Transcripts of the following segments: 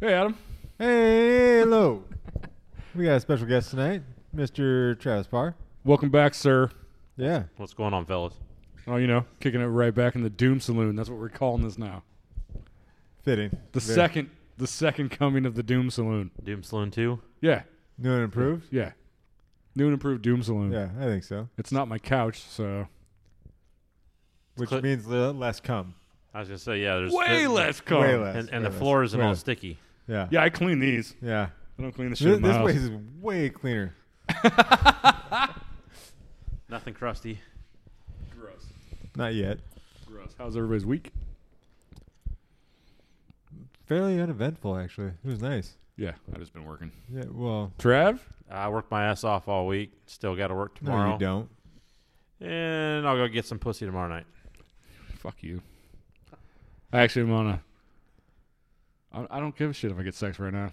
Hey, Adam. Hey, hello. we got a special guest tonight, Mr. Travis Parr. Welcome back, sir. Yeah. What's going on, fellas? Oh, you know, kicking it right back in the Doom Saloon. That's what we're calling this now. Fitting. The Very- second, the second coming of the Doom Saloon. Doom Saloon 2? Yeah, New and improved? yeah. New and improved Doom Saloon. Yeah, I think so. It's not my couch, so Which Cl- means le- less cum. I was going to say, yeah, there's. way there- less cum. Way less. And, and the way less, floor isn't way all less. sticky. Yeah. Yeah, I clean these. Yeah. I don't clean the shit. This, in my this house. place is way cleaner. Nothing crusty. gross. Not yet. Gross. How's everybody's week? Fairly uneventful, actually. It was nice. Yeah, I just been working. Yeah, well, Trav, I worked my ass off all week. Still got to work tomorrow. no, you don't. And I'll go get some pussy tomorrow night. fuck you. I actually am on a. I, I don't give a shit if I get sex right now.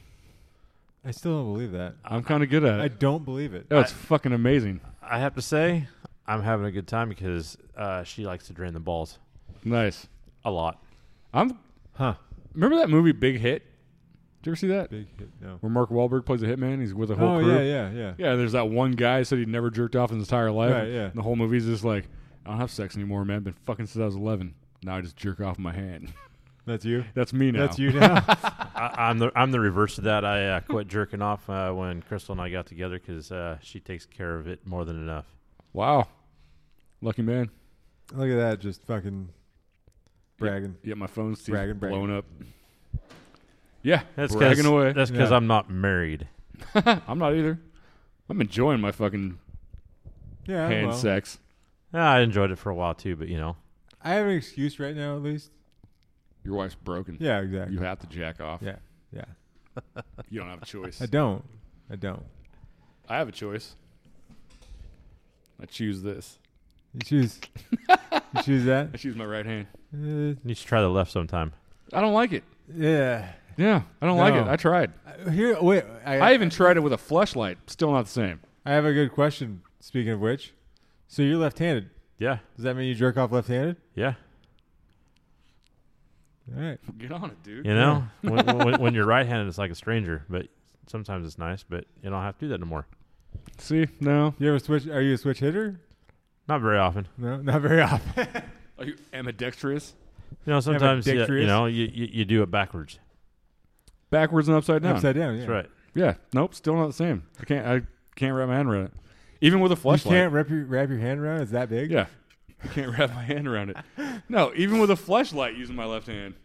I still don't believe that. I'm kind of good at it. I don't believe it. Oh, it's fucking amazing. I have to say, I'm having a good time because uh, she likes to drain the balls Nice. a lot. I'm. Huh. Remember that movie Big Hit? Did you ever see that? Big hit. No. Where Mark Wahlberg plays a hitman. He's with a whole Oh, crew. yeah, yeah, yeah. Yeah, there's that one guy who said he never jerked off in his entire life. Right, yeah. And the whole movie's just like, I don't have sex anymore, man. I've been fucking since I was 11. Now I just jerk off in my hand. That's you? That's me now. That's you now? I, I'm the I'm the reverse of that. I uh, quit jerking off uh, when Crystal and I got together because uh, she takes care of it more than enough. Wow. Lucky man. Look at that. Just fucking bragging. Yeah, my phone's still Bragging, bragging. blown up. Yeah, That's bragging away. That's because Yeah. I'm not married. I'm not either. I'm enjoying my fucking Yeah. hand well. sex. Ah, I enjoyed it for a while too, but you know, I have an excuse right now, at least. Your wife's broken. Yeah, exactly. You have to jack off. Yeah, yeah. You don't have a choice. I don't. I don't. I have a choice. I choose this. You choose. you choose that. I choose my right hand. Uh, you should try the left sometime. I don't like it. yeah. Yeah, I don't like it. No. I tried. Uh, Here, wait. I, I even tried it with a flashlight. Still not the same. I have a good question. Speaking of which, so you're left-handed. Yeah, Does that mean you jerk off left-handed? yeah. All right. Get on it, dude. You know, when, when, when you're right-handed, it's like a stranger. But sometimes it's nice. But you don't have to do that no more. See, no. You ever switch? Are you a switch hitter? Not very often. No, not very often. Are you ambidextrous? You know, sometimes you, dexterous. you know you, you, you do it backwards. Backwards and upside down. Upside down. Yeah. That's right. Yeah. Nope. Still not the same. I can't. I can't wrap my hand around it. Even with a You flashlight. can't wrap your wrap your hand around. It's that big. Yeah. I can't wrap my hand around it. No. Even with a flashlight, using my left hand.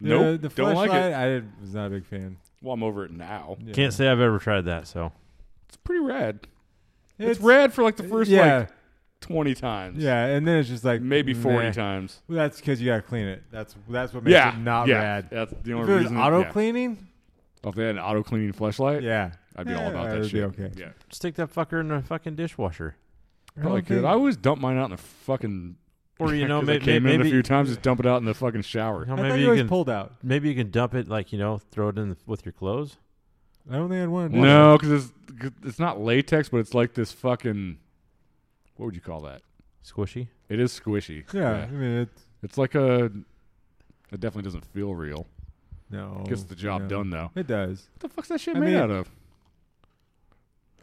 No, Nope. The don't like flashlight, it. I was not a big fan. Well, I'm over it now. Yeah. Can't say I've ever tried that. So It's pretty rad. It's, It's, rad for like the first yeah, like 20 times. yeah, and then it's just like Maybe 40 meh. times. Well, that's because you gotta clean it. That's that's what makes yeah. it not yeah. rad. That's the If only it was reason. auto yeah. cleaning, Oh, If they had an auto cleaning flashlight, yeah, I'd be Yeah, all about it that would be shit. okay. Yeah. stick that fucker in the fucking dishwasher, Probably don't could. think- I always dump mine out in the fucking. or you know, 'cause I maybe came in maybe a few times, just dump it out in the fucking shower. you know, I thought maybe you you always can pulled out. maybe you can dump it like you know, throw it in the, with your clothes. I don't think I'd want to. No, because it's 'cause it's not latex, but it's like this fucking. What would you call that? Squishy. It is squishy. Yeah, I mean, it's, It's like a. It definitely doesn't feel real. no. Gets the job no. done though. It does. What the fuck's that shit Oh, I made mean- out of?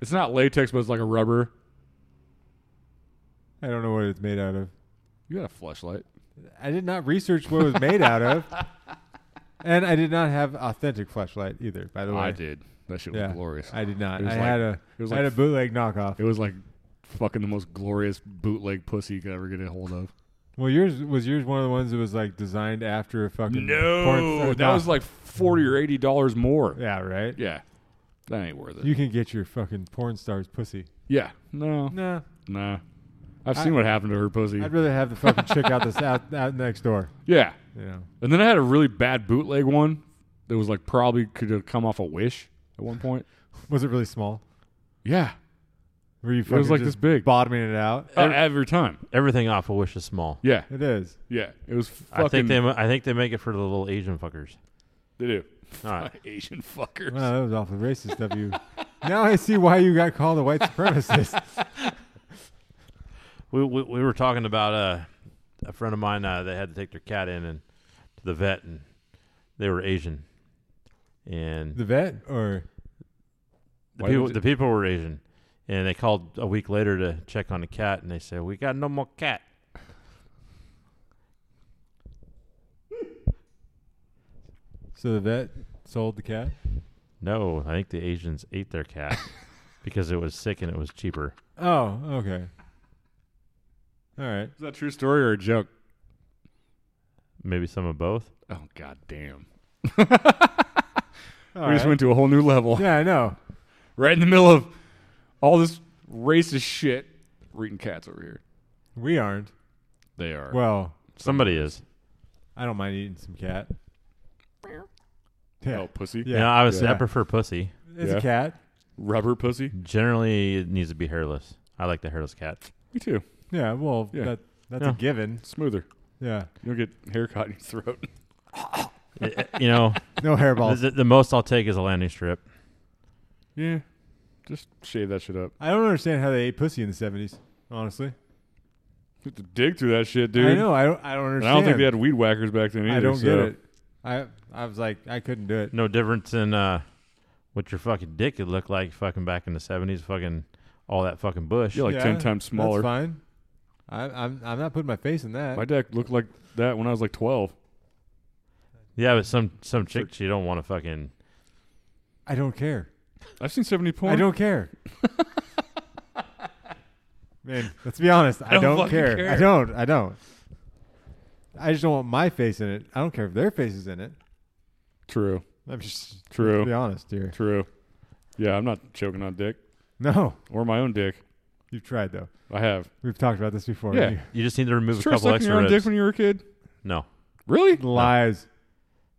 It's not latex, but it's like a rubber. I don't know what it's made out of. You got a flashlight. I did not research what it was made out of, and I did not have authentic flashlight either. By the way, I did. That shit was Yeah. glorious. I did not. It I was like- had a It was I had like a bootleg knockoff. it was like fucking the most glorious bootleg pussy you could ever get a hold of. well, yours was yours one of the ones that was like designed after a fucking porn star- No, that was like forty or eighty dollars more. yeah, right. Yeah, that ain't worth it. You can get your fucking porn star's pussy. yeah, no, No, nah. I've I- seen what happened to her pussy. I'd rather have the fucking chick out this out, out next door. yeah, You know, and then I had a really bad bootleg one that was like probably could have come off a wish at one point. was it really small? Yeah, Were you it was fucking like just this big bottoming it out? Uh, every time. Everything off a wish is small. Yeah, It is. yeah. It was fucking. I think they I think they make it for the little Asian fuckers. they do. All right. Asian fuckers. Wow, that was awfully racist of you. now I see why you got called a white supremacist. We, we we were talking about uh, a friend of mine. Uh, they had to take their cat in and to the vet, and they were Asian. and The vet or the Why did people, it- the people were Asian, and they called a week later to check on the cat, and they said, "We got no more cat." so the vet sold the cat. No, I think the Asians ate their cat because it was sick and it was cheaper. Oh, okay. All right. Is that a true story or a joke? Maybe some of both. Oh god damn. All we right. just went to a whole new level. yeah, I know. Right in the middle of all this racist shit. We're eating cats over here. We aren't. They are. Well, Somebody is. I don't mind eating some cat. Yeah, Oh, pussy. Yeah. you know, obviously, I Yeah. prefer pussy. it's Yeah. a cat. Rubber pussy. Generally, it needs to be hairless. I like the hairless cat. Me too. Yeah, well, Yeah. that that's Yeah. a given. Smoother. Yeah, You don't get hair caught in your throat. It- it- you know, no the, hairballs. the- the most I'll take is a landing strip. Yeah. Just shave that shit up. I don't understand how they ate pussy in the seventies. Honestly, You have to dig through that shit, dude. I know. I don't. I don't And understand. I don't think they had weed whackers back then either. I don't so. Mm, get it. I I was like, I couldn't do it. No difference in uh, what your fucking dick could look like fucking back in the 70s, fucking all that fucking bush. Yeah, like Yeah, ten times That's smaller. fine. I, I'm I'm not putting my face in that. My deck looked like that when I was like twelve. Yeah, but some some chicks you don't want to fucking. I don't care. I've seen seventy porn. I don't care. Man, let's be honest. I, don't don't, fucking care. I care. don't. I don't. I just don't want my face in it. I don't care if their face is in it. True. I'm just let's True. be honest here. True. Yeah, I'm not choking on dick No, or my own dick. you've tried though. I have. We've talked about this before. Yeah. You- You just need to remove a Sure, couple sucking your extra own dick ribs. when you were a kid. No. Really? Lies.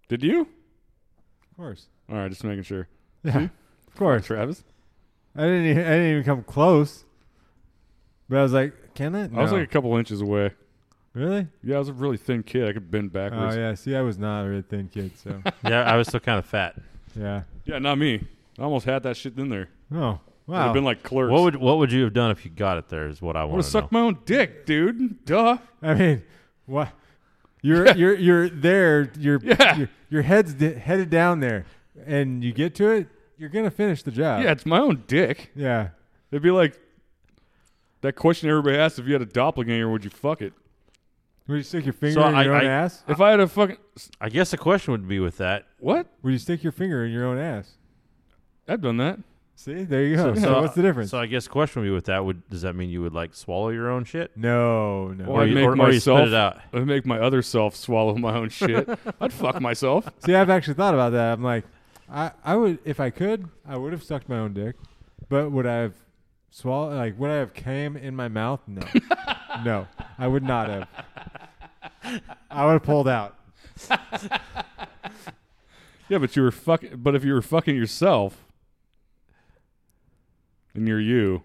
Did you? Of course. All right, just making sure. Yeah. Of course. Travis, I didn't. e- I didn't even come close. But I was like, can it? I was No. like a couple inches away. really? Yeah, I was a really thin kid. I could bend Oh backwards. yeah. See, I was not a really thin kid, so Yeah, I was still kind of fat. yeah. yeah. not me. I almost had that shit in there. Oh Would wow. have been like clerks. What would what would you have done if you got it there? Is what I would want have to know. sucked my own dick, dude. Duh. I mean, what? You're you're you're there. You're, Yeah. you're your head's di- headed down there, and you get to it. You're gonna finish the job. Yeah, it's my own dick. Yeah. It'd be like that question everybody asks: if you had a doppelganger, would you fuck it? Would you stick your finger in I- your own I- ass? If I had a fucking I guess the question would be with that. what? Would you stick your finger in your own ass? I've done that. See, there you go. So, what's the difference? So I guess the question would be with that. Would does that mean you would like swallow your own shit, no, no. Or I'd you, make or you spit myself- it out? I'd make my other self swallow my own shit. I'd fuck myself. See, I've actually thought about that. I'm like, I, I would if I could, I would have sucked my own dick, but would I have swallowed? Like, would I have came in my mouth? No, no, I would not have. I would have pulled out. Yeah, but you were fucking. But if you were fucking yourself, and you're you,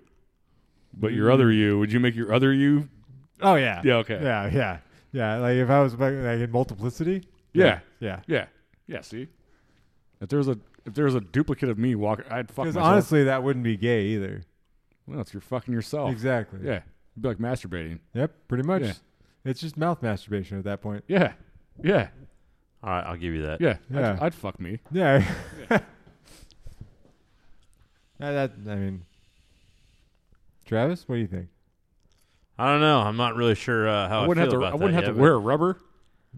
but your other you, would you make your other you? Oh yeah, Yeah, okay. Mm. yeah, yeah, yeah. Like if I was like like, in multiplicity. Yeah. yeah. yeah, yeah. See, if there was a if there was a duplicate of me walking, I'd fuck Because myself. honestly, that wouldn't be gay either. well, it's you're fucking yourself. Exactly. Oh. Yeah, it'd be like masturbating. Yep. Pretty much. Yeah. It's just mouth masturbation at that point. Yeah, yeah, All right, I'll give you that. yeah. Yeah. I'd, I'd fuck me. Yeah. Yeah, that I mean, Travis, what do you think? I don't know. I'm not really sure uh, how I, I wouldn't have feel to. about I wouldn't that have yet, to wear a rubber.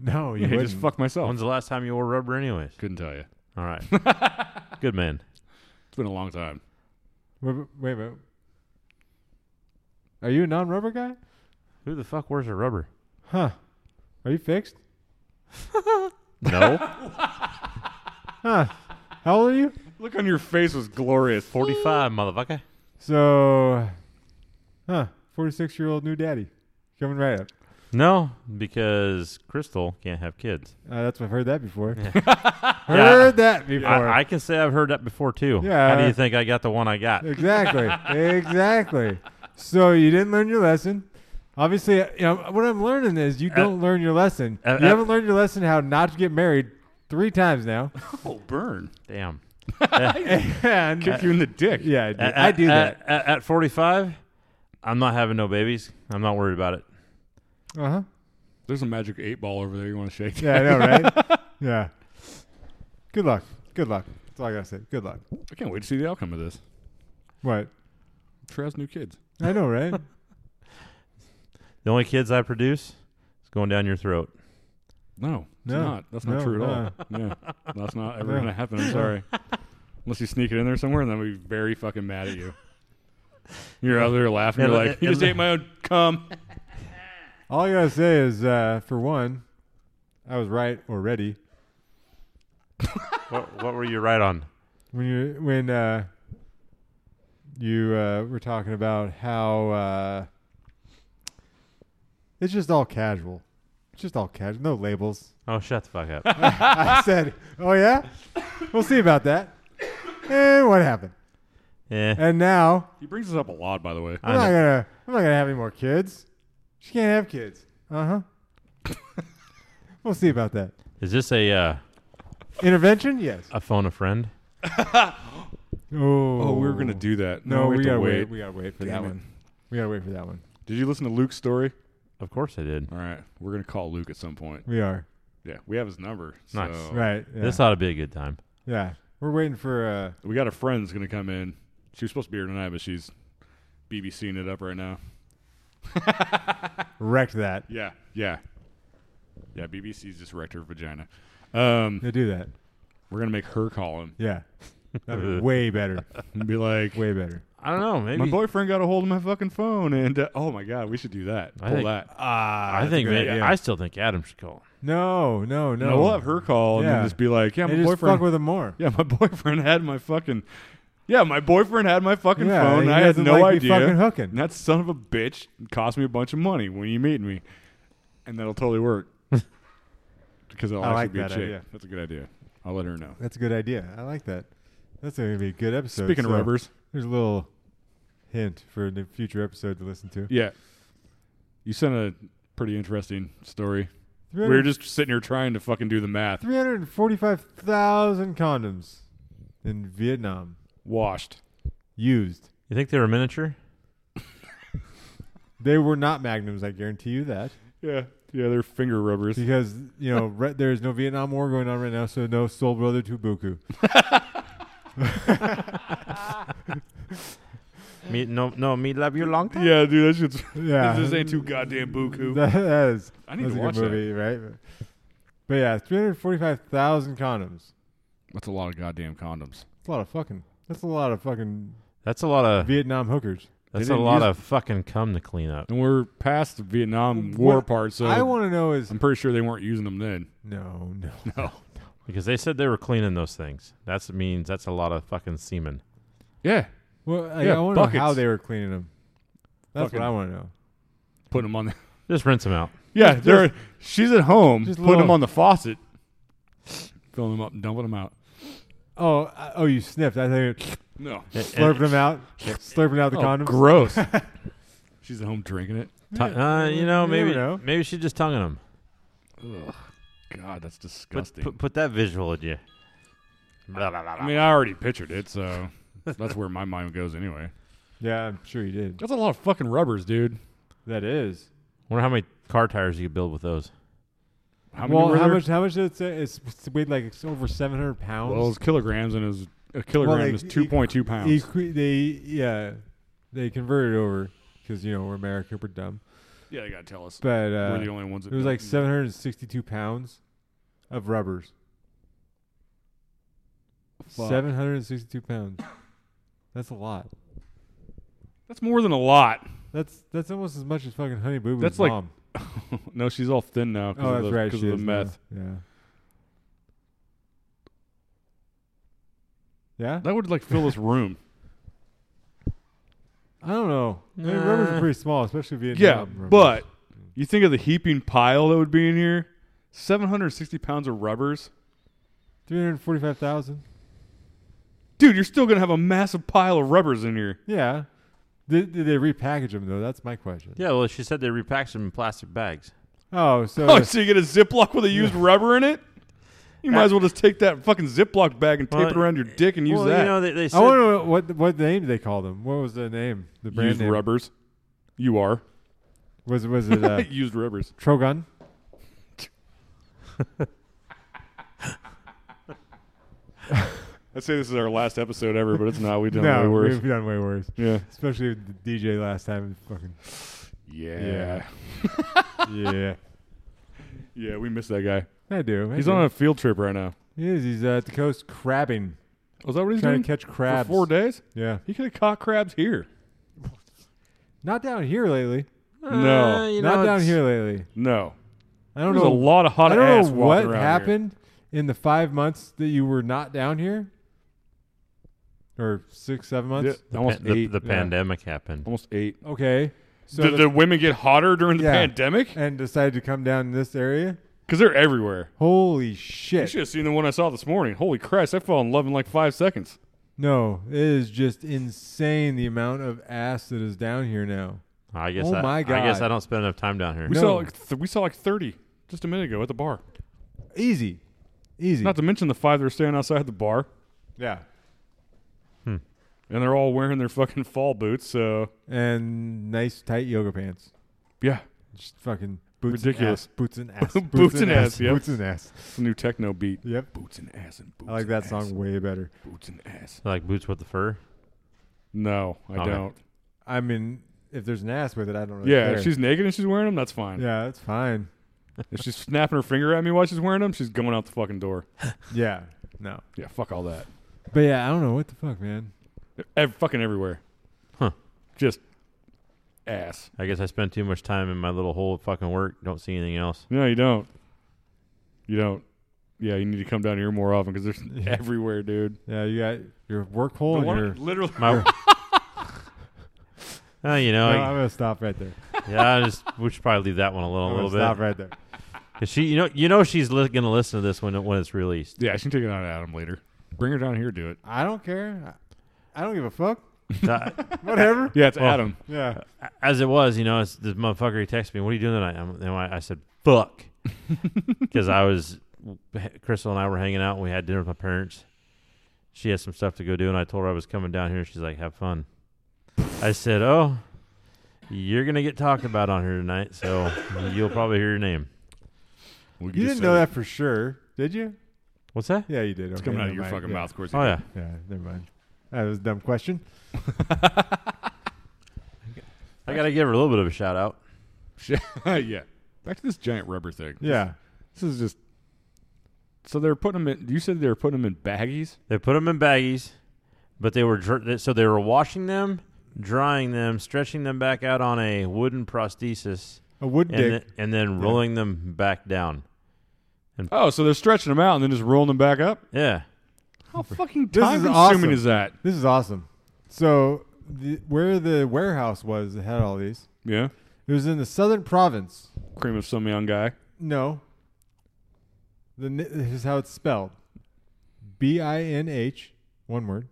No, Yeah, just fuck but myself. When's the last time you wore rubber, anyways? Couldn't tell you. All right, good man. It's been a long time. Wait, wait, wait. Are you a non-rubber guy? Who the fuck wears a rubber? Huh? Are you fixed? No, Huh? How old are you? Look on your face was glorious. Forty. 45, motherfucker. So, huh? Forty-six-year-old new daddy coming right up. No, because Crystal can't have kids. Uh, that's what I've heard that before. Yeah. heard that before. I, I can say I've heard that before too. How do Yeah. you think I got the one I got? exactly exactly so you didn't learn your lesson obviously you know, what i'm learning is you don't learn your lesson uh, you uh, haven't learned your lesson how not to get married three times now Oh, burn. Damn. and Kick you in the dick. yeah i do, At- I do at- that At, at 45, I'm not having no babies. I'm not worried about it. uh-huh There's a magic eight ball over there you want to shake. yeah i know right yeah good luck Good luck. That's all I gotta say. Good luck. I can't wait to see the outcome of this. What? Trev's new kids. I know, right? The only kids I produce is going down your throat. No, it's No, not. That's not no, true at no. all. Yeah, that's not ever No. gonna happen. I'm No. sorry. Unless you sneak it in there somewhere, and then we be very fucking mad at you. You're out there laughing. You're And- like, you and- just ate my own cum. all I gotta say is, uh, for one, I was right already what, what were you right on? when you when uh, you uh, were talking about how uh, it's just all casual. It's just all casual. No labels. Oh, shut the fuck up. I said, "Oh yeah, we'll see about that." And what happened? yeah. And now He brings this up a lot, by the way. I'm I not know. gonna. I'm not gonna have any more kids. She can't have kids. Uh huh. we'll see about that. Is this a uh, Intervention? Yes. a phone a friend? Oh, Oh, we were gonna do that. No, we, have to gotta wait. We gotta wait for Damn that it. one. We gotta wait for that one. Did you listen to Luke's story? Of course I did. All right, we're gonna call Luke at some point. We are Yeah, we have his number. Nice. so- right. Yeah. This ought to be a good time. yeah. We're waiting for. Uh, We got a friend that's gonna come in. She was supposed to be here tonight, but she's BBCing it up right now. wrecked that. Yeah, yeah, yeah. BBC's just wrecked her vagina. Um, They do that. we're gonna make her call him Yeah. That'd be way better. and be like, Way better. I don't know. Maybe. "My boyfriend got a hold of my fucking phone," and uh, oh my god, we should do that. I Pull think- that. Ah, I think maybe, Yeah. I still think Adam should call. no, no, no. No, we'll have her call and Yeah. then just be like, "Yeah, They my just boyfriend." fuck with them more. yeah, my boyfriend had my fucking. Yeah, my boyfriend had my fucking Yeah, phone. And he I had doesn't no like me idea. fucking hooking. And that son of a bitch cost me a bunch of money when you meet me, and that'll totally work. because I'll I actually like be a that chick. idea. That's a good idea. I'll let her know. That's a good idea. I like that. That's going to be a good episode. Speaking of so rubbers, There's a little hint for a future episode to listen to. yeah, you sent a pretty interesting story. We 300 were just sitting here trying to fucking do the math. 345,000 condoms in Vietnam Washed. used. You think they were miniature? They were not magnums, I guarantee you that. Yeah, yeah, they're finger rubbers. Because, you know, re- there is no Vietnam War going on right now, so no Soul Brother to Buku. Me, no, no, me love you long time. Yeah, dude, that shit's. Yeah. This ain't too goddamn buku. That- that is. I need that's to a watch good that. movie, right? But yeah, 345,000 condoms. That's a lot of goddamn condoms. That's a lot of fucking. That's a lot of fucking That's a lot of Vietnam hookers. that's They a didn't lot use- of fucking cum to clean up. And we're past the Vietnam What War part, so I want to know is I'm pretty sure they weren't using them then. no, no. No. Because they said they were cleaning those things. That means that's a lot of fucking semen. Yeah, Well, like, Yeah, I want to know how buckets. they were cleaning them. That's Fucking- what I want to know. putting them on. The, Just rinse them out. yeah, Just- they're. She's at home just putting little- them on the faucet, filling them up, and dumping them out. Oh, I- oh, you sniffed. I think you No, And- slurping them out, slurping out the Oh, condoms. gross. she's at home drinking it. and- uh, you know, You maybe never know. maybe she's just tonguing them. Ugh. God, that's Put, disgusting. put, put that visual at you. Blah, blah, blah, I blah. mean, I already pictured it, so that's where my mind goes anyway. Yeah, I'm sure you did. That's a lot of fucking rubbers, dude. That is. Wonder how many car tires you could build with those. How many well, were how there? much? How much did it say? It's it's weighed like it's over 700 pounds. Well, it was kilograms, and it was a kilogram they- is 2.2 pounds. Equi- they yeah, they converted over because you know we're America, we're dumb. yeah, they gotta tell us. But uh, we're the only ones. That It was like 762 pounds of rubbers. Fuck. 762 pounds. That's a lot. That's more than a lot. That's that's almost as much as fucking Honey Boo Boo's That's like- mom. no, she's all thin now because oh, of that's the, right. 'cause She of the is now. meth. Yeah. Yeah. That would like fill this room. I don't know. I mean, rubbers Nah. are pretty small, especially yeah, Vietnam. rubbers. but you think of the heaping pile that would be in here. 760 pounds of rubbers. 345,000. Dude, you're still going to have a massive pile of rubbers in here. Yeah. Did, did they repackage them though? That's my question. Yeah, well, she said they repackaged them in plastic bags. Oh, so Oh, so you get a Ziploc with a used rubber in it? You might as well just take that fucking Ziploc bag and tape Well, it around your dick and use well, that. you know, they, they I said wonder what what what name did they call them? What was the name? The brand used name rubbers. You are. was was it uh, used rubbers. Trogun? I'd say this is our last episode ever, but it's not. We've done no, way worse. we've done way worse. Yeah. Especially with the DJ last time. Fucking Yeah. yeah, Yeah, we missed that guy. I do. I He's do. on a field trip right now. He is. He's uh, at the coast crabbing, Was Oh, that what he's trying doing? to catch crabs. For four days? yeah, He could have caught crabs here. not down here lately. No. you not know, down it's- here lately. No. I don't There's a know. lot of I hot don't ass know walking what around here. happened in the five months that you were not down here, or six, seven Yeah, months. almost the, eight. the yeah. pandemic happened. almost eight. Okay, so Did the- the women get hotter during the Yeah. pandemic? and decided to come down in this area. Because they're everywhere. Holy You shit! should have seen the one I saw this morning. Holy Christ, I fell in love in like five seconds. No, it is just insane the amount of ass that is down here now. I guess Oh I, my I guess God. I don't spend enough time down here. We No. saw like th- we saw like thirty just a minute ago at the bar. Easy, easy. Not to mention the five that are standing outside the bar, yeah, and they're all wearing their fucking fall boots. So and nice tight yoga pants. yeah, Just fucking boots Ridiculous. And ass, boots and ass. Boots and ass, yep. Boots and ass. it's a new techno beat. Yep. Boots and ass and boots. I like and that ass, song way better. Boots and ass. like boots with the fur. No, I Okay. don't. I mean, if there's an ass with it, I don't really Yeah, care. if she's naked and she's wearing them, that's fine. yeah, that's fine. If she's snapping her finger at me while she's wearing them, she's going out the fucking door. Yeah, no. Yeah, fuck all that. But yeah, I don't know what the fuck, man. They're ev- fucking everywhere. Huh. Just ass. I guess I spend too much time in my little hole of fucking work. Don't see anything else. No, you don't. You don't. Yeah, you need to come down here more often because there's Yeah. everywhere, dude. Yeah, you got your work hole The and one- your. literally, My, Uh, you know, No, I- I'm gonna stop right there. yeah. I just we should probably leave that one alone I'm a gonna little stop bit. right there. 'Cause She, you know, you know, she's li- gonna listen to this when it, when it's released. yeah, she can take it out of Adam later. Bring her down here, do it. I don't care. I, I don't give a fuck. Uh, Whatever. Yeah, it's Well, Adam. yeah. As it was, you know, it's, this motherfucker he texted me, "What are you doing tonight?" I'm, and I, I said, "Fuck," because I was Crystal and I were hanging out. and We had dinner with my parents. She had some stuff to go do, and I told her I was coming down here. She's like, "Have fun." I said, "Oh, you're gonna get talked about on here tonight, so you'll probably hear your name." We You didn't know that for sure, did you? What's that? Yeah, you did. It's Okay, coming out of never your mind. fucking yeah. mouth, of course. Oh yeah, Yeah, never mind. That was a dumb question. I gotta give her a little bit of a shout out. yeah. yeah. Back to this giant rubber thing. Yeah. This is just. So they were putting them in. You said they were putting them in baggies. They put them in baggies, but they were dr- so they were washing them, drying them, stretching them back out on a wooden prosthesis, A wood and, dick. th- and then Yeah. rolling them back down. Oh, so they're stretching them out and then just rolling them back up. Yeah, How fucking This time is consuming awesome. is that? This is awesome. So, the, where the warehouse was that had all these, Yeah, it was in the southern province. cream of some young guy. No. The ni- this is how it's spelled. B I N H, one word.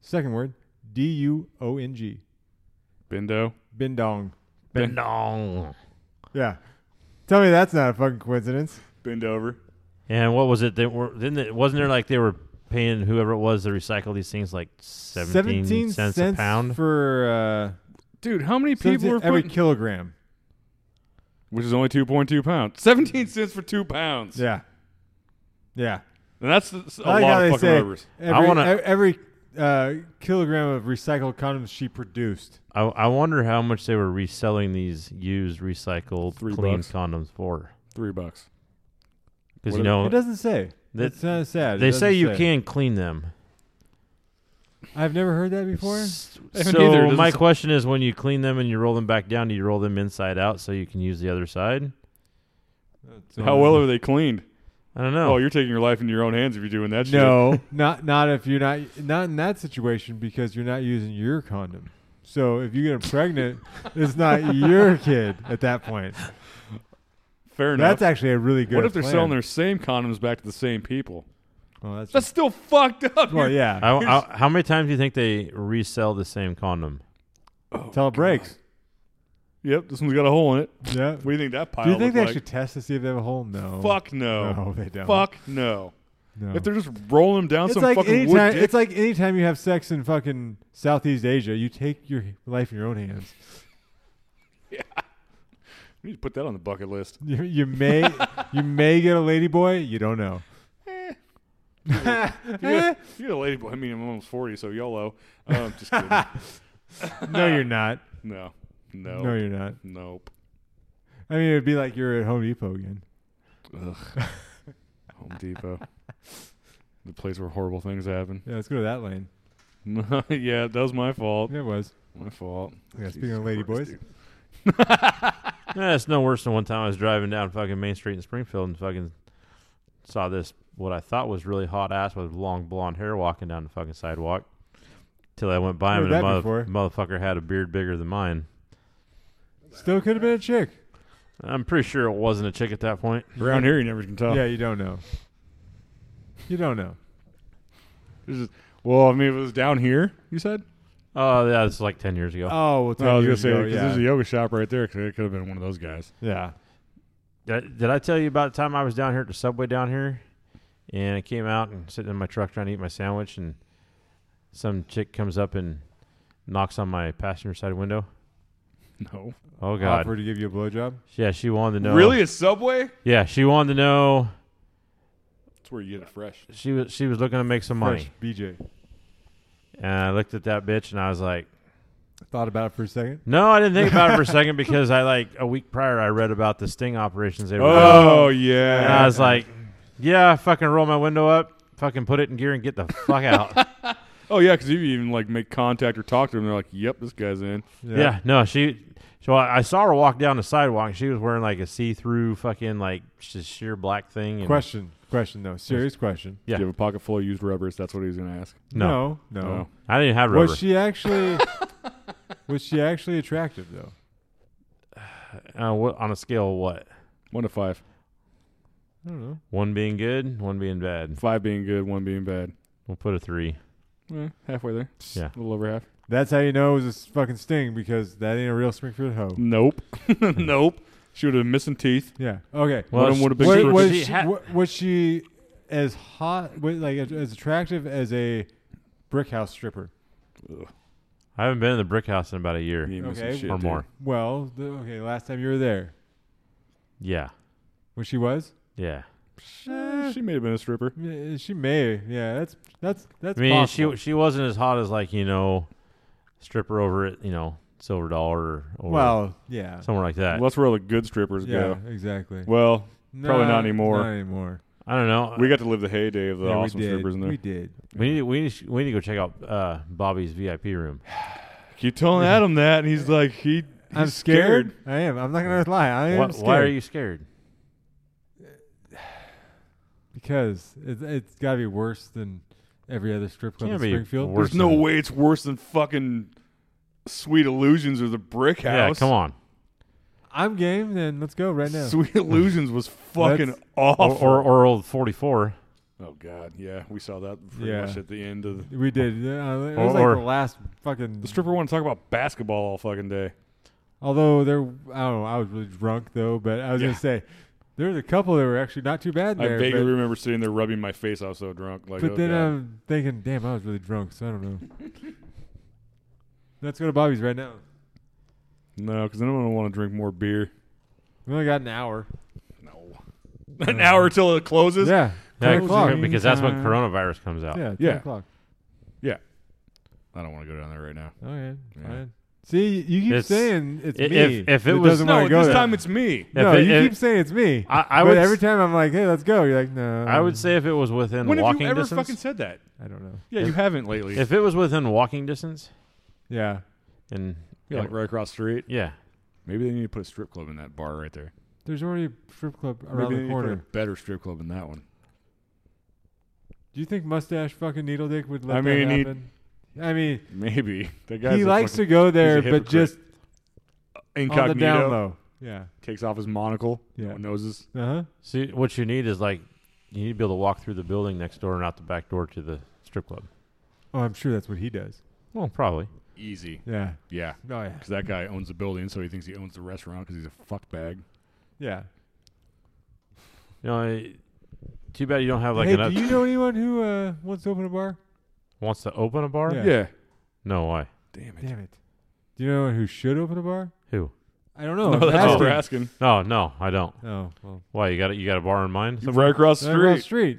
Second word, D U O N G. Bindo. Bindong. Ben- Bendong. Yeah. Tell me that's not a fucking coincidence. Bend over. And what was it? They were then it wasn't there like they were paying whoever it was to recycle these things like seventeen, cents, a pound. for uh, Dude, how many cents people are every putting- kilogram. which is only 2.2 pounds. 17 cents for two pounds. Mm. Yeah. Yeah. And that's that's a I like lot how of they fucking say rubbers. every, I wanna- e- every uh, kilogram of recycled condoms she produced. I, I wonder how much they were reselling these used, recycled, Three clean bucks. condoms for. Three bucks. Because What you if- know It doesn't say. That- That's kind of sad. It they doesn't say you can clean them. I've never heard that before. S- I haven't either. It So doesn't my s- question is, when you clean them and you roll them back down, do you roll them inside out so you can use the other side? How well are they cleaned? I don't Oh, know. you're taking your life into your own hands if you're doing that shit. No, not not if you're not not in that situation because you're not using your condom. So if you get 'em pregnant, it's not your kid at that point. Fair enough. That's actually a really good. what if they're plan. selling their same condoms back to the same people? Well, that's, That's still fucked up. well, You're- yeah. I, I- how many times do you think they resell the same condom? Oh, Till it breaks. Yep, this one's got a hole in it. Yeah. What do you think that pile Do you think they looked should test to see if they have a hole? No. like? Fuck no. No, they don't. Fuck no. No. If they're just rolling them down it's some like fucking anytime. wood dick, It's like anytime you have sex in fucking Southeast Asia, you take your life in your own hands. you need to put that on the bucket list. You, you may you may get a lady boy. You don't know. Eh. You're a lady boy. I mean, I'm almost 40, so YOLO. Um, just kidding. no, you're not. No. No. No, you're not. Nope. I mean, it'd be like you're at Home Depot again. Ugh. Home Depot. The place where horrible things happen. Yeah, let's go to that lane. yeah, that was my fault. Yeah, it was. My fault. Yeah, Jesus speaking of lady Christ, boys. dude. Yeah, it's no worse than one time I was driving down fucking Main Street in Springfield and fucking saw this what I thought was really hot ass with long blonde hair walking down the fucking sidewalk. Till I went by Heard him and the that mother- before. motherfucker had a beard bigger than mine. Still could have been a chick. I'm pretty sure it wasn't a chick at that point. Around here, you never can tell. Yeah, you don't know. You don't know. This is- well, I mean, if it was down here, you said? Oh, yeah, it's like 10 years ago. Oh, well, 10 I was going to years say, ago, because yeah. there's a yoga shop right there, 'cause it could have been one of those guys. yeah. Did, did I tell you about the time I was down here at the subway down here? And I came out and sitting in my truck trying to eat my sandwich, and some chick comes up and knocks on my passenger side window. No. Oh, God. Offer to give you a blowjob. Yeah, she wanted to know. Really? A subway? Yeah, she wanted to know. That's where you get it fresh. She was she was looking to make some money, Fresh BJ. and I looked at that bitch and I was like, Thought about it for a second. "No, I didn't think about it for a second because I like a week prior I read about the sting operations they were doing. Oh, and I yeah. was like, "Yeah, fucking roll my window up, fucking put it in gear and get the fuck out." Oh, yeah, because you even, like, make contact or talk to them. They're like, yep, this guy's in. yeah. no, she. So I, I saw her walk down the sidewalk. and She was wearing like a see-through fucking like just sheer black thing. And, Question. Question, though. Serious question. Yeah. Do you have a pocket full of used rubbers? That's what he was going to ask. Oh. No, No. No. I didn't have rubber. Was she actually. was she actually attractive, though? uh, what, on a scale of what? One to five. I don't know. One being good, one being bad. Five being good, one being bad. We'll put a three. Eh, halfway there. Yeah. A little over half. That's how you know it was a s- fucking sting because that ain't a real Springfield hoe. Nope. nope. She would have been missing teeth. Yeah. Okay. Well, One of she- them would have been Wa- she- was, she she, had- wa- was she as hot, wa- like as- as attractive as a brick house stripper? I haven't been in the brick house in about a year You ain't missing Okay. shit, or dude. more. Well, the, okay. Last time you were there, Yeah, when she was, yeah. Eh, She may have been a stripper. Yeah, she may. Yeah, that's that's that's. I mean, possible. she she wasn't as hot as like you know, stripper over at you know Silver Dollar or, or Well, yeah, somewhere like that. Well, that's where all the good strippers yeah, go. exactly. Well, probably not Nah, anymore. Not anymore. I don't know. we got to live the heyday of the Yeah, awesome we did. strippers in there. We did. we need we need we need to go check out uh, Bobby's VIP room. Keep telling Adam that, and he's like, he, he's I'm scared. I am. I'm not gonna lie. I am Why, scared. why are you scared? Because it, it's got to be worse than every other strip club Can't in be Springfield. worse. There's no than- way it's worse than fucking Sweet Illusions or the Brick Yeah, House. come on. I'm game. Then let's go right now. Sweet Illusions was fucking That's- Or, awful. or or old forty four. oh god, yeah, we saw that pretty Yeah. much at the end of the. We did. Yeah, it was Or- like the last fucking. The stripper wanted to talk about basketball all fucking day. Although there, I don't know. I was really drunk though, but I was Yeah. gonna say there was a couple that were actually not too bad I there. vaguely but, remember sitting there rubbing my face. I was so drunk. Like, but oh, then um, God. I'm thinking, damn, I was really drunk, so I don't know. Let's go to Bobby's right now. no, because then I'm gonna want to drink more beer. We only got an hour. No, an hour till it closes. yeah, Yeah, ten o'clock. because that's when time. coronavirus comes out. Yeah, ten Yeah. o'clock. I don't want to go down there right now. Okay, Yeah. fine. See, you keep It's- saying it's i- if- me. if it that was- doesn't No, want to at go this there. time it's me. If no, it- you if- keep saying it's me. I, I but would every s- time I'm like, hey, let's go. You're like, no. I would say if it was within When have walking you ever distance. fucking said that? I don't know. Yeah, If- you haven't lately. if it was within walking distance, Yeah, and You're like right across the street. yeah, Maybe they need to put a strip club in that bar right there. there's already a strip club around Maybe they the need to put corner. a better strip club in that one. Do you think Mustache fucking Needle Dick would let I I mean, mean, he- that happen? I mean, Maybe that guy. he likes to go there, but hypocrite. Uh, just incognito. on the down low. Yeah. Takes off his monocle. Yeah. No one knows this. Uh huh. See, what you need is like you need to be able to walk through the building next door and out the back door to the strip club. Oh, I'm sure that's what he does. Well, probably. Easy. Yeah. Yeah, Oh yeah. because that guy owns the building, so he thinks he owns the restaurant because he's a fuck bag. Yeah. You know, I- too bad you don't have like hey, an do you know anyone who uh, wants to open a bar? wants to open a bar. Yeah. No, why? Damn it. Damn it. Do you know anyone who should open a bar? Who? I don't know. No, that's Asking. what we're asking. No, no, I don't. Oh well. Why you got it? You got a bar in mind? Right across the Right across the street. street.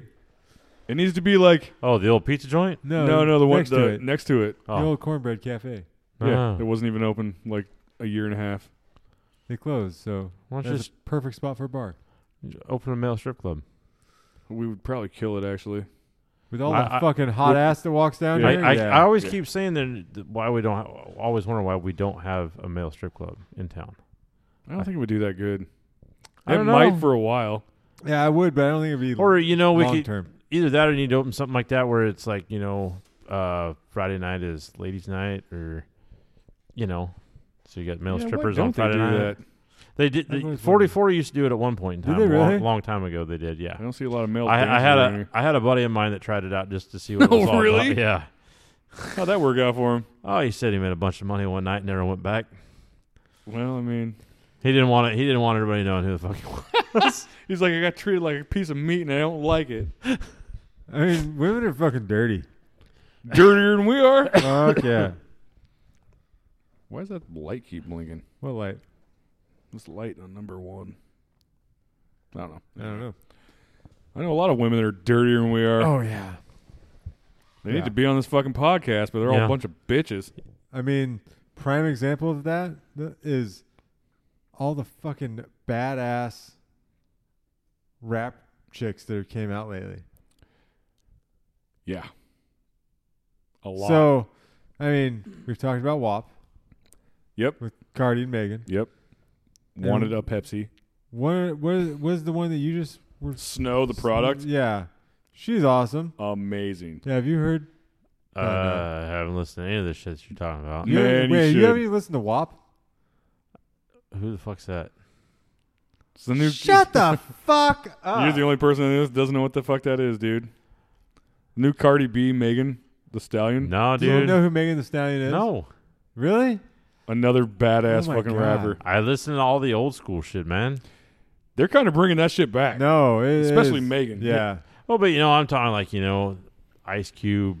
It needs to be like Oh, the old pizza joint. No, no, no, the one next the, to it. next to it. The Oh, old cornbread cafe. Yeah, Ah. it wasn't even open like a year and a half. They closed, so why don't you that's just a perfect spot for a bar open a male strip club? We would probably kill it actually. with all I- the I- fucking hot I- ass that walks down Yeah. I, here. I, yeah. I always Yeah. keep saying that that why we don't. Ha- I always wonder why we don't have a male strip club in town. I don't think it would do that good. It I don't might know. for a while. yeah, I would, but I don't think it'd be Or you know, we long could term. either that or you need to open something like that where it's like you know, uh, Friday night is ladies' night, or you know, so you got male Yeah, why strippers don't on they Friday do night. that? They did. I've They, always Forty wondered. four used to do it at one point in Did time. they a long, really? long time ago, they did. Yeah. I don't see a lot of male. I, I dancers had around a here. I had a buddy of mine that tried it out just to see what it was Oh, all really? about. Yeah. How'd that work out for him? Oh, he said he made a bunch of money one night and never went back. Well, I mean, He didn't want it. He didn't want everybody knowing who the fuck he was. he's like, I got treated like a piece of meat and I don't like it. I mean, women are fucking dirty. Dirtier than we are. Fuck yeah. Why does that light keep blinking? What light? This light on number one. I don't know. I don't know. I know a lot of women that are dirtier than we are. Oh yeah. they yeah. need to be on this fucking podcast, but they're all Yeah. a bunch of bitches. I mean, prime example of that th- is all the fucking badass rap chicks that have came out lately. Yeah. A lot. So, I mean, we've talked about WAP. Yep. With Cardi and Megan. yep. And- Wanted a Pepsi. What what was the one that you just were Snow, the product. Yeah. She's awesome. Amazing. Yeah, have you heard? Uh, no. I haven't listened to any of the shit you're talking about. You Man, haven't- you wait, you should. haven't even listened to WAP? Who the fuck's that? It's the new Shut the fuck up. You're the only person in this that doesn't know what the fuck that is, dude. New Cardi B, Megan the Stallion. No, Do you dude. know who Megan the Stallion is? No, Really? Another badass Oh my fucking God. rapper. I listen to all the old school shit, man. They're kind of bringing that shit back. No, it Especially is- Megan. Yeah. Oh, but you know, I'm talking like you know, Ice Cube,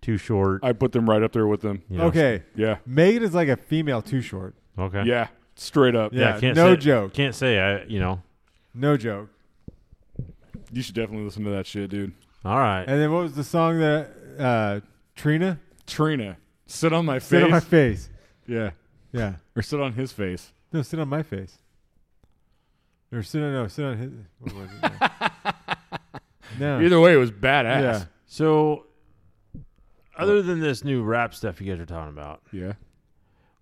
Too Short. I put them right up there with them. you know. Uh, Okay. Yeah. Megan is like a female too short. Okay. Yeah. Straight up. Yeah, I can't no say- joke. Can't say I. You know. No joke. You should definitely listen to that shit, dude. All right. And then what was the song that uh, Trina Trina, sit on my face. sit on my face? yeah. Yeah. Or sit on his face. No, sit on my face. Or sit on no, sit on his. What was it? no. Either way, it was badass. So, other than this new rap stuff you guys are talking about, Yeah.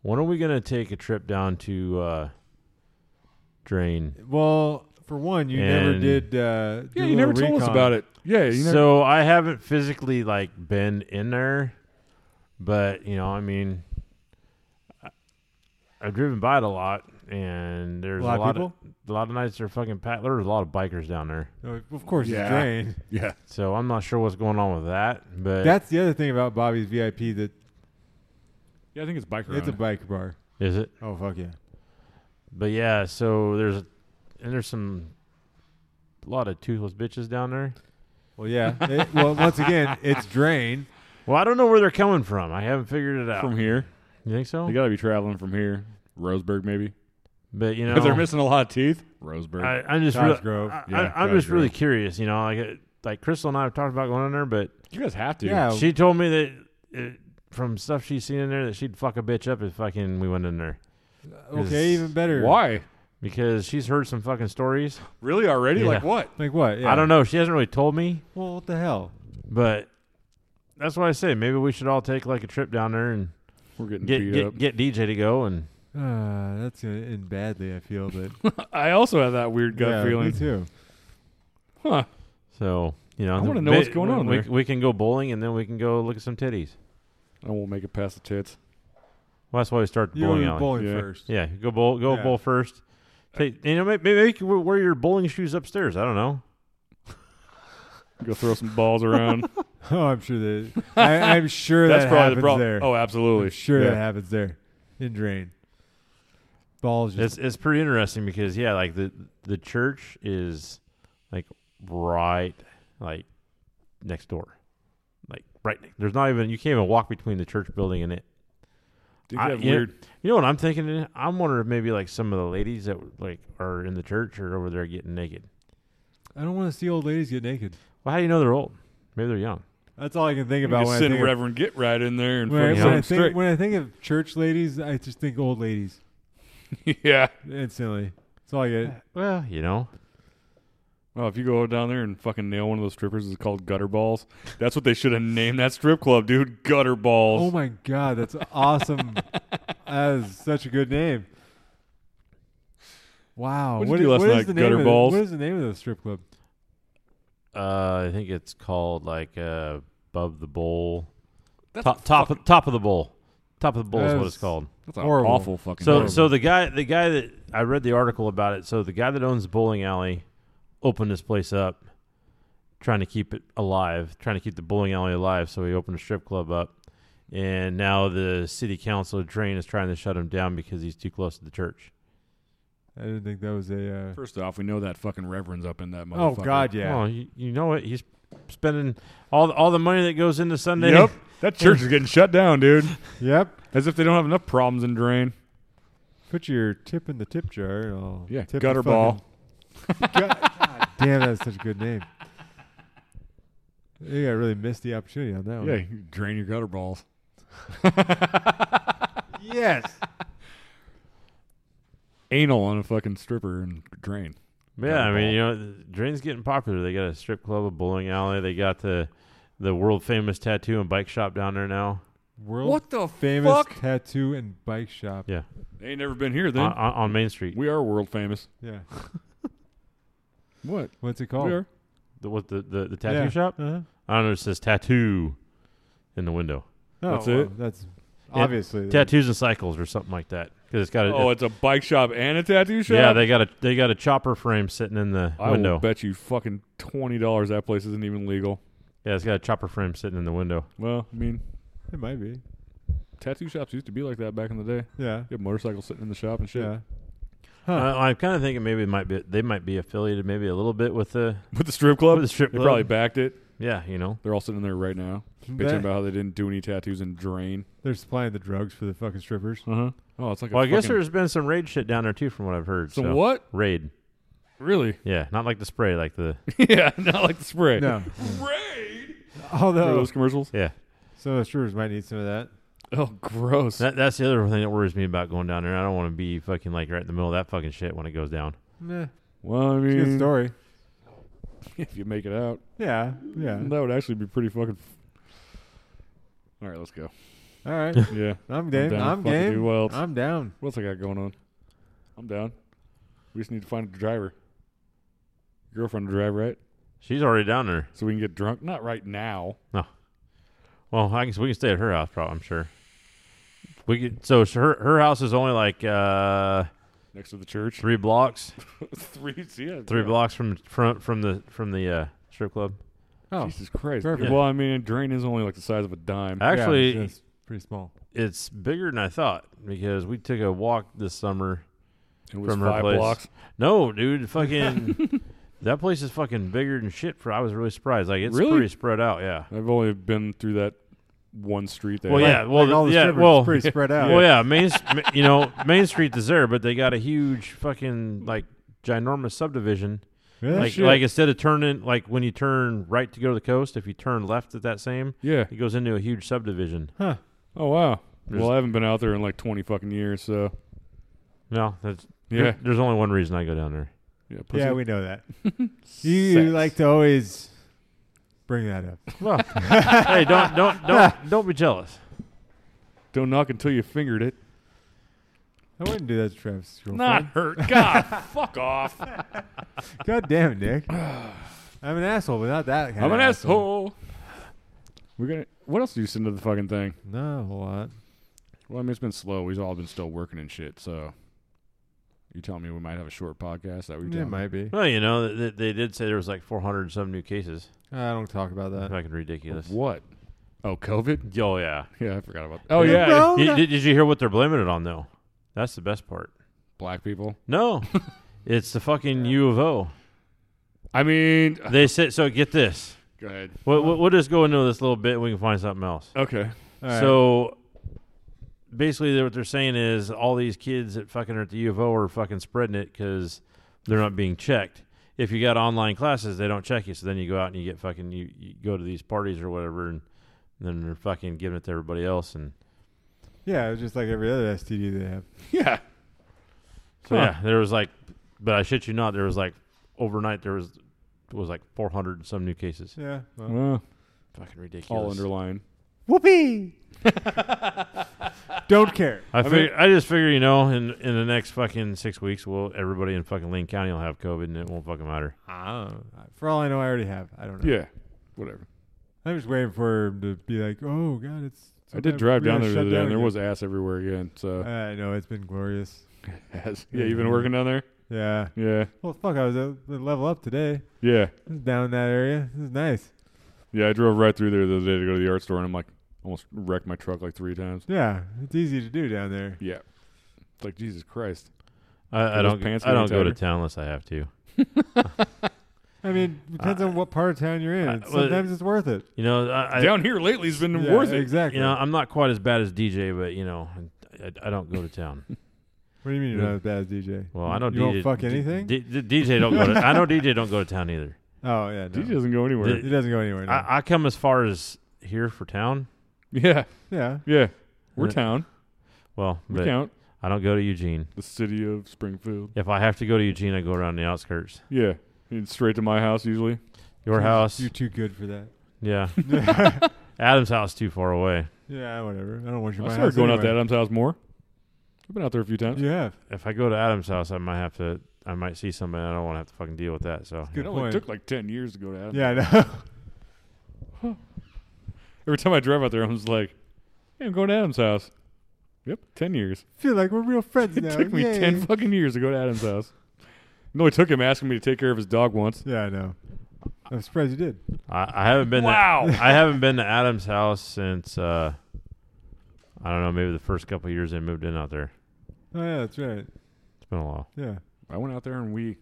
when are we gonna take a trip down to uh, Drain? Yeah. Well, for one, you never And- did. Uh, Yeah, you never told us about it. Yeah, you never. So I haven't physically like been in there, but you know, I mean, I- I've driven by it a lot, and A there's lot, of people. a lot of nights they're fucking packed. There's a lot of bikers down there, No, of course, Yeah. it's drain. yeah. so I'm not sure what's going on with that. But That's the other thing about Bobby's VIP that Yeah, I think it's biker. it's a bike bar. is it? Oh fuck yeah! But yeah, so there's and there's some a lot of toothless bitches down there. Well, yeah. It- well, once again, it's drain. Well, I don't know where they're coming from. I haven't figured it out. from here. you think so? They got to be traveling from here. Roseburg, maybe. but you know, Because they're missing a lot of teeth. Roseburg. I, I'm just Cottage real- Grove. I, Yeah, I, am Cottage just really Grove. curious. You know, like uh, like Crystal and I have talked about going in there, but you guys have to. Yeah. she told me that uh from stuff she's seen in there that she'd fuck a bitch up if fucking we went in there Okay, even better. Why? because she's heard some fucking stories. Really already? Yeah. Like what? Like what? Yeah. I don't know. She hasn't really told me, Well, what the hell? but that's why I say maybe we should all take like a trip down there and We're getting get beat get, up. get DJ to go and Uh, that's gonna end badly. I feel, but I also have that weird gut yeah, me feeling. too. Huh. so you know. I wanna the- know what's going on We, there. we can go bowling and then we can go look at some titties. I won't make it past the tits. Well, that's why we start the You bowling were alley. bowling Yeah. first. Yeah, go bowl, go Yeah. bowl first. Take, you know, maybe, maybe you can wear your bowling shoes upstairs. I don't know. Go throw some balls around. Oh, I'm sure that. I, I'm sure That's that probably happens the problem. there. Oh, absolutely. I'm sure Yeah. that happens there in drain. Balls just It's it's pretty interesting because yeah, like the the church is like right like next door, like right. ne- There's not even you can't even walk between the church building and it. Dude, I- you have you know- weird. You know what I'm thinking? I'm wondering if maybe like some of the ladies that like are in the church are over there getting naked. I don't want to see old ladies get naked. Well, how do you know they're old? Maybe they're young. That's all I can think You about could when I send think of- Reverend Get right in there and when I- fucking when Yeah. set 'em I think when I think of church ladies, I just think old ladies straight. yeah. instantly. That's all I get. Well, you know, Well, Oh, if you go down there and fucking nail one of those strippers, it's called gutter balls. That's what they should have named that strip club, dude. Gutter balls. Oh my god, that's awesome! that is such a good name. Wow, What did what you do i- last what is night, the gutter name of the- balls? what is the name of the strip club? uh, I think it's called like uh, above the bowl, That's top top of, top of the bowl, top of the bowl is what That's- it's called. That's an Horrible. awful fucking. So name. so the guy the guy that I read the article about it. So the guy that owns the bowling alley opened this place up, trying to keep it alive, trying to keep the bowling alley alive. So he opened a strip club up, and now the city council of Drain is trying to shut him down because he's too close to the church. I didn't think that was a. Uh, first off, we know that fucking reverend's up in that oh motherfucker. God, yeah. Well, you, you know what? He's spending all all the money that goes into Sunday. Yep, that church is getting shut down, dude. Yep. As if they don't have enough problems in Drain. Put your tip in the tip jar. And I'll Yeah, tip the gutter ball. fucking- God, God damn, that's such a good name. You got really missed the opportunity on that Yeah, one. you drain your gutter balls. Yes. Anal on a fucking stripper and drain. Yeah, I mean, Gutter you know, Drain's getting popular. They got a strip club, a bowling alley. They got the the world famous tattoo and bike shop down there now. World the famous tattoo and bike shop. Yeah, They ain't never been here then. on, on, on Main Street. we are world famous. Yeah. What? What's it called? We are. The, what the, the, the tattoo Yeah. shop? Uh-huh. I don't know. It says tattoo in the window. No, That's Oh, well, it? That's obviously the- Tattoos and cycles or something like that. Because it's got a, Oh, it's a bike shop and a tattoo shop. Uh, yeah. They got a they got a chopper frame sitting in the I window. will bet you fucking twenty dollars that place isn't even legal. Yeah, it's got a chopper frame sitting in the window. Well, I mean, It might be. tattoo shops used to be like that back in the day. Yeah. You have motorcycles sitting in the shop and shit. Yeah. Uh, I'm kind of thinking maybe it might be they might be affiliated maybe a little bit with the With the strip club, With the strip they club. probably backed it. yeah. You know, They're all sitting there right now, bitching That- about how they didn't do any tattoos and drain. They're supplying the drugs for the fucking strippers. Uh huh. Oh, it's like. Uh-huh. well, a I guess fucking- there's been some raid shit down there too, from what I've heard. some so. what? Raid. Really? Yeah, not like the spray, like the yeah, not like the spray. No. Raid. Remember Although those commercials? yeah. some of the strippers might need some of that. Oh, gross. That, that's the other thing that worries me about going down there. I don't want to be fucking like right in the middle of that fucking shit when it goes down. Meh. well, I It's a Mm. good mean, story. if you make it out, Yeah. Yeah. that would actually be pretty fucking. All right, let's go. All right. Yeah. I'm game. down. I'm Fuck it, dude. game. What else? I'm down. What else I got going on? I'm down. We just need to find a driver. Your girlfriend to drive, right? She's already down there. So we can get drunk. Not right now. Well, I guess we can stay at her house, probably. I'm sure. We could, so sh- her her house is only like uh, Next to the church. three blocks, three, yeah, three yeah. blocks from from from the from the uh, strip club. Oh, Jesus Christ. Perfect. Well, I mean, a drain is only like the size of a dime. Actually, yeah, it's just pretty small. it's bigger than I thought because we took a walk this summer. It was from her five place. blocks. No, dude, fucking that place is fucking bigger than shit. For I was really surprised. Like it's Really? pretty spread out. Yeah. I've only been through that one street there. Well, yeah. Well, like all the yeah. strippers, well, it's pretty spread out. Well, yeah, Main, s- ma- you know, Main Street is there, but they got a huge fucking like ginormous subdivision. Yeah, like, shit. like instead of turning, like when you turn right to go to the coast, if you turn left at that same, Yeah. it goes into a huge subdivision. huh? Oh wow. There's- well, I haven't been out there in like twenty fucking years, so No, that's yeah, there- there's only one reason I go down there. yeah. pussy. Yeah, we know that. you like to always bring that up. Well, hey, don't don't don't don't be jealous. don't knock until you fingered it. I wouldn't do that to Travis. girlfriend. Not hurt. God, fuck off. God damn it, Nick. I'm an asshole, but not that kind I'm of an asshole. We're gonna. What else do you send to the fucking thing? Not a whole lot. Well, I mean, it's been slow. We've all been still working and shit. So, you telling me we might have a short podcast? Is That we It might be. Well, you know, they, they did say there was like 400 and some new cases. I don't talk about that. Fucking ridiculous. What? Oh, COVID. Oh yeah. Yeah, I forgot about. that. Oh Yeah, yeah, bro. You- did, did you hear what they're blaming it on though? That's the best part. black people. No, it's the fucking U of O. I mean, uh, They said so. Get this. go ahead. We'll, we'll, we'll just go into this a little bit. and We can find something else. Okay. All right. So basically, they're- what they're saying is all these kids that fucking are at the UFO are fucking spreading it because they're not being checked. if you got online classes, they don't check you. So then you go out and you get fucking you, you go to these parties or whatever, and then they're fucking giving it to everybody else. And Yeah, it's just like every other STD they have. Yeah. so Huh. yeah, there was like, but I shit you not, there was like overnight there was was like 400 and some new cases. Yeah. Well, Well, Fucking ridiculous. all underlined. whoopee. Don't care. I, I fig- mean- I just figure, you know, in in the next fucking six weeks, we'll everybody in fucking Lane County will have COVID, and it won't fucking matter. For all I know, I already have. I don't know. Ah. Yeah. Whatever. I'm just waiting for him to be like, "Oh God, it's." I did drive down there the other day, and there was ass everywhere again. So Uh, I know it's been glorious. ass. Yeah, you've been working down there. Yeah. Yeah. Well, fuck, I was at the level up today. Yeah. This is down in that area. This is nice. Yeah. I drove right through there the other day to go to the art store, and I'm like almost wrecked my truck like three times. Yeah, it's easy to do down there. Yeah. It's like Jesus Christ. I, I Those don't. pants I don't getting go to tighter? town unless I have to. I mean, Uh, depends on what part of town you're in. I- well, Sometimes it's worth it. You know, I, I down here lately has been Yeah, worth it. Exactly. you know I'm not quite as bad as DJ, but you know, I, I don't go to town. what do you mean you're not as bad as DJ? Well, I know You DJ won't fuck anything. D- D- DJ don't go. To, I know DJ don't go to town either. oh yeah, no. DJ doesn't go anywhere. Did- he doesn't go anywhere. No. I, I come as far as here for town. yeah. yeah. Yeah. We're Uh, Yeah. town. Well, We but count. I don't go to Eugene. The city of Springfield. If I have to go to Eugene, I go around the outskirts. Yeah. And straight to my house usually. Your You're- house, You're too good for that. yeah. Adam's house too far away. Yeah, whatever. I don't want you. I in my started house going out to anyway. Adam's house more. I've been out there a few times. You have. If I go to Adam's house, I might have to. I might see somebody. I don't want to have to fucking deal with that. So Good it only point. took like ten years to go to Adam's. Yeah, I know. Every time I drive out there, I'm just like, "Hey, I'm going to Adam's house." Yep, ten years. feel like we're real friends It now. took me Yay. ten fucking years to go to Adam's house. No, it took him asking me to take care of his dog once. Yeah, I know. I'm surprised you did. I, I haven't been. Wow. To, I haven't been to Adam's house since. Uh, I don't know. Maybe the first couple of years I moved in out there. Oh yeah, that's right. It's been a while. Yeah, I went out there and we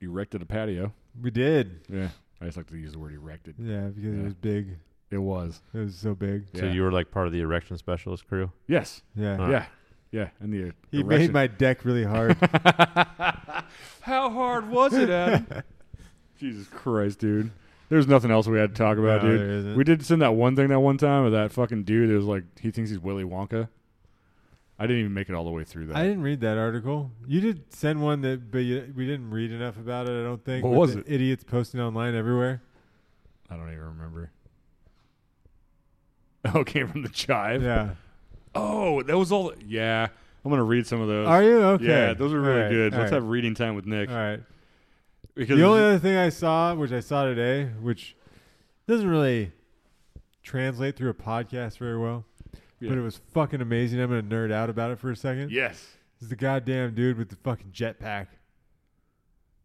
erected a patio. we did. Yeah, I just like to use the word erected. Yeah, because Yeah. it was big. It was. It was so big. Yeah. So you were like part of the erection specialist crew. yes. Yeah. Huh. Yeah. Yeah. And Uh, the Uh. uh, He made my deck really hard. How hard was it, Adam? Jesus Christ, dude. There's nothing else we had to talk about, No, dude. there isn't. We did send that one thing that one time of that fucking dude that was like, he thinks he's Willy Wonka. I didn't even make it all the way through that. I didn't read that article. You did send one that, but you, we didn't read enough about it. I don't think. What with was the it? Idiots posting online everywhere. I don't even remember. Oh, it came from the chive. Yeah. Oh, that was all. yeah, I'm gonna read some of those. Are you okay? Yeah, those are really All right, good. all Let's right, have reading time with Nick. All right. Because The only other thing I saw, which I saw today, which doesn't really translate through a podcast very well, Yeah. but it was fucking amazing. I'm gonna nerd out about it for a second. yes, It's the goddamn dude with the fucking jetpack.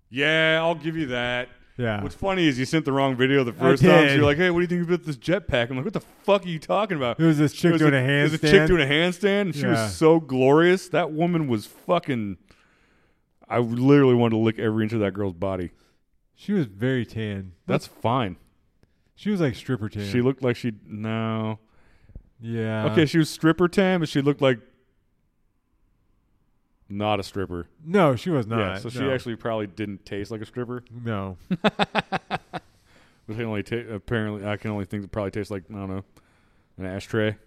yeah, I'll give you that. Yeah. What's funny is you sent the wrong video the Ah. I first time. So did. you're like, hey, what do you think about this jetpack? I'm like, what the fuck are you talking about? it was this It chick was doing a, it handstand. was chick doing a handstand, and she Yeah. was so glorious. That woman was fucking. I literally wanted to lick every inch of that girl's body. she was very tan. That's fine. She was like stripper tan. She looked like she no. yeah. Okay, she was stripper tan, but she looked like not a stripper. No, she was not. yeah, so she No. actually probably didn't taste like a stripper. no. But she only ta- apparently, I can only think it probably tastes like I don't know, an ashtray.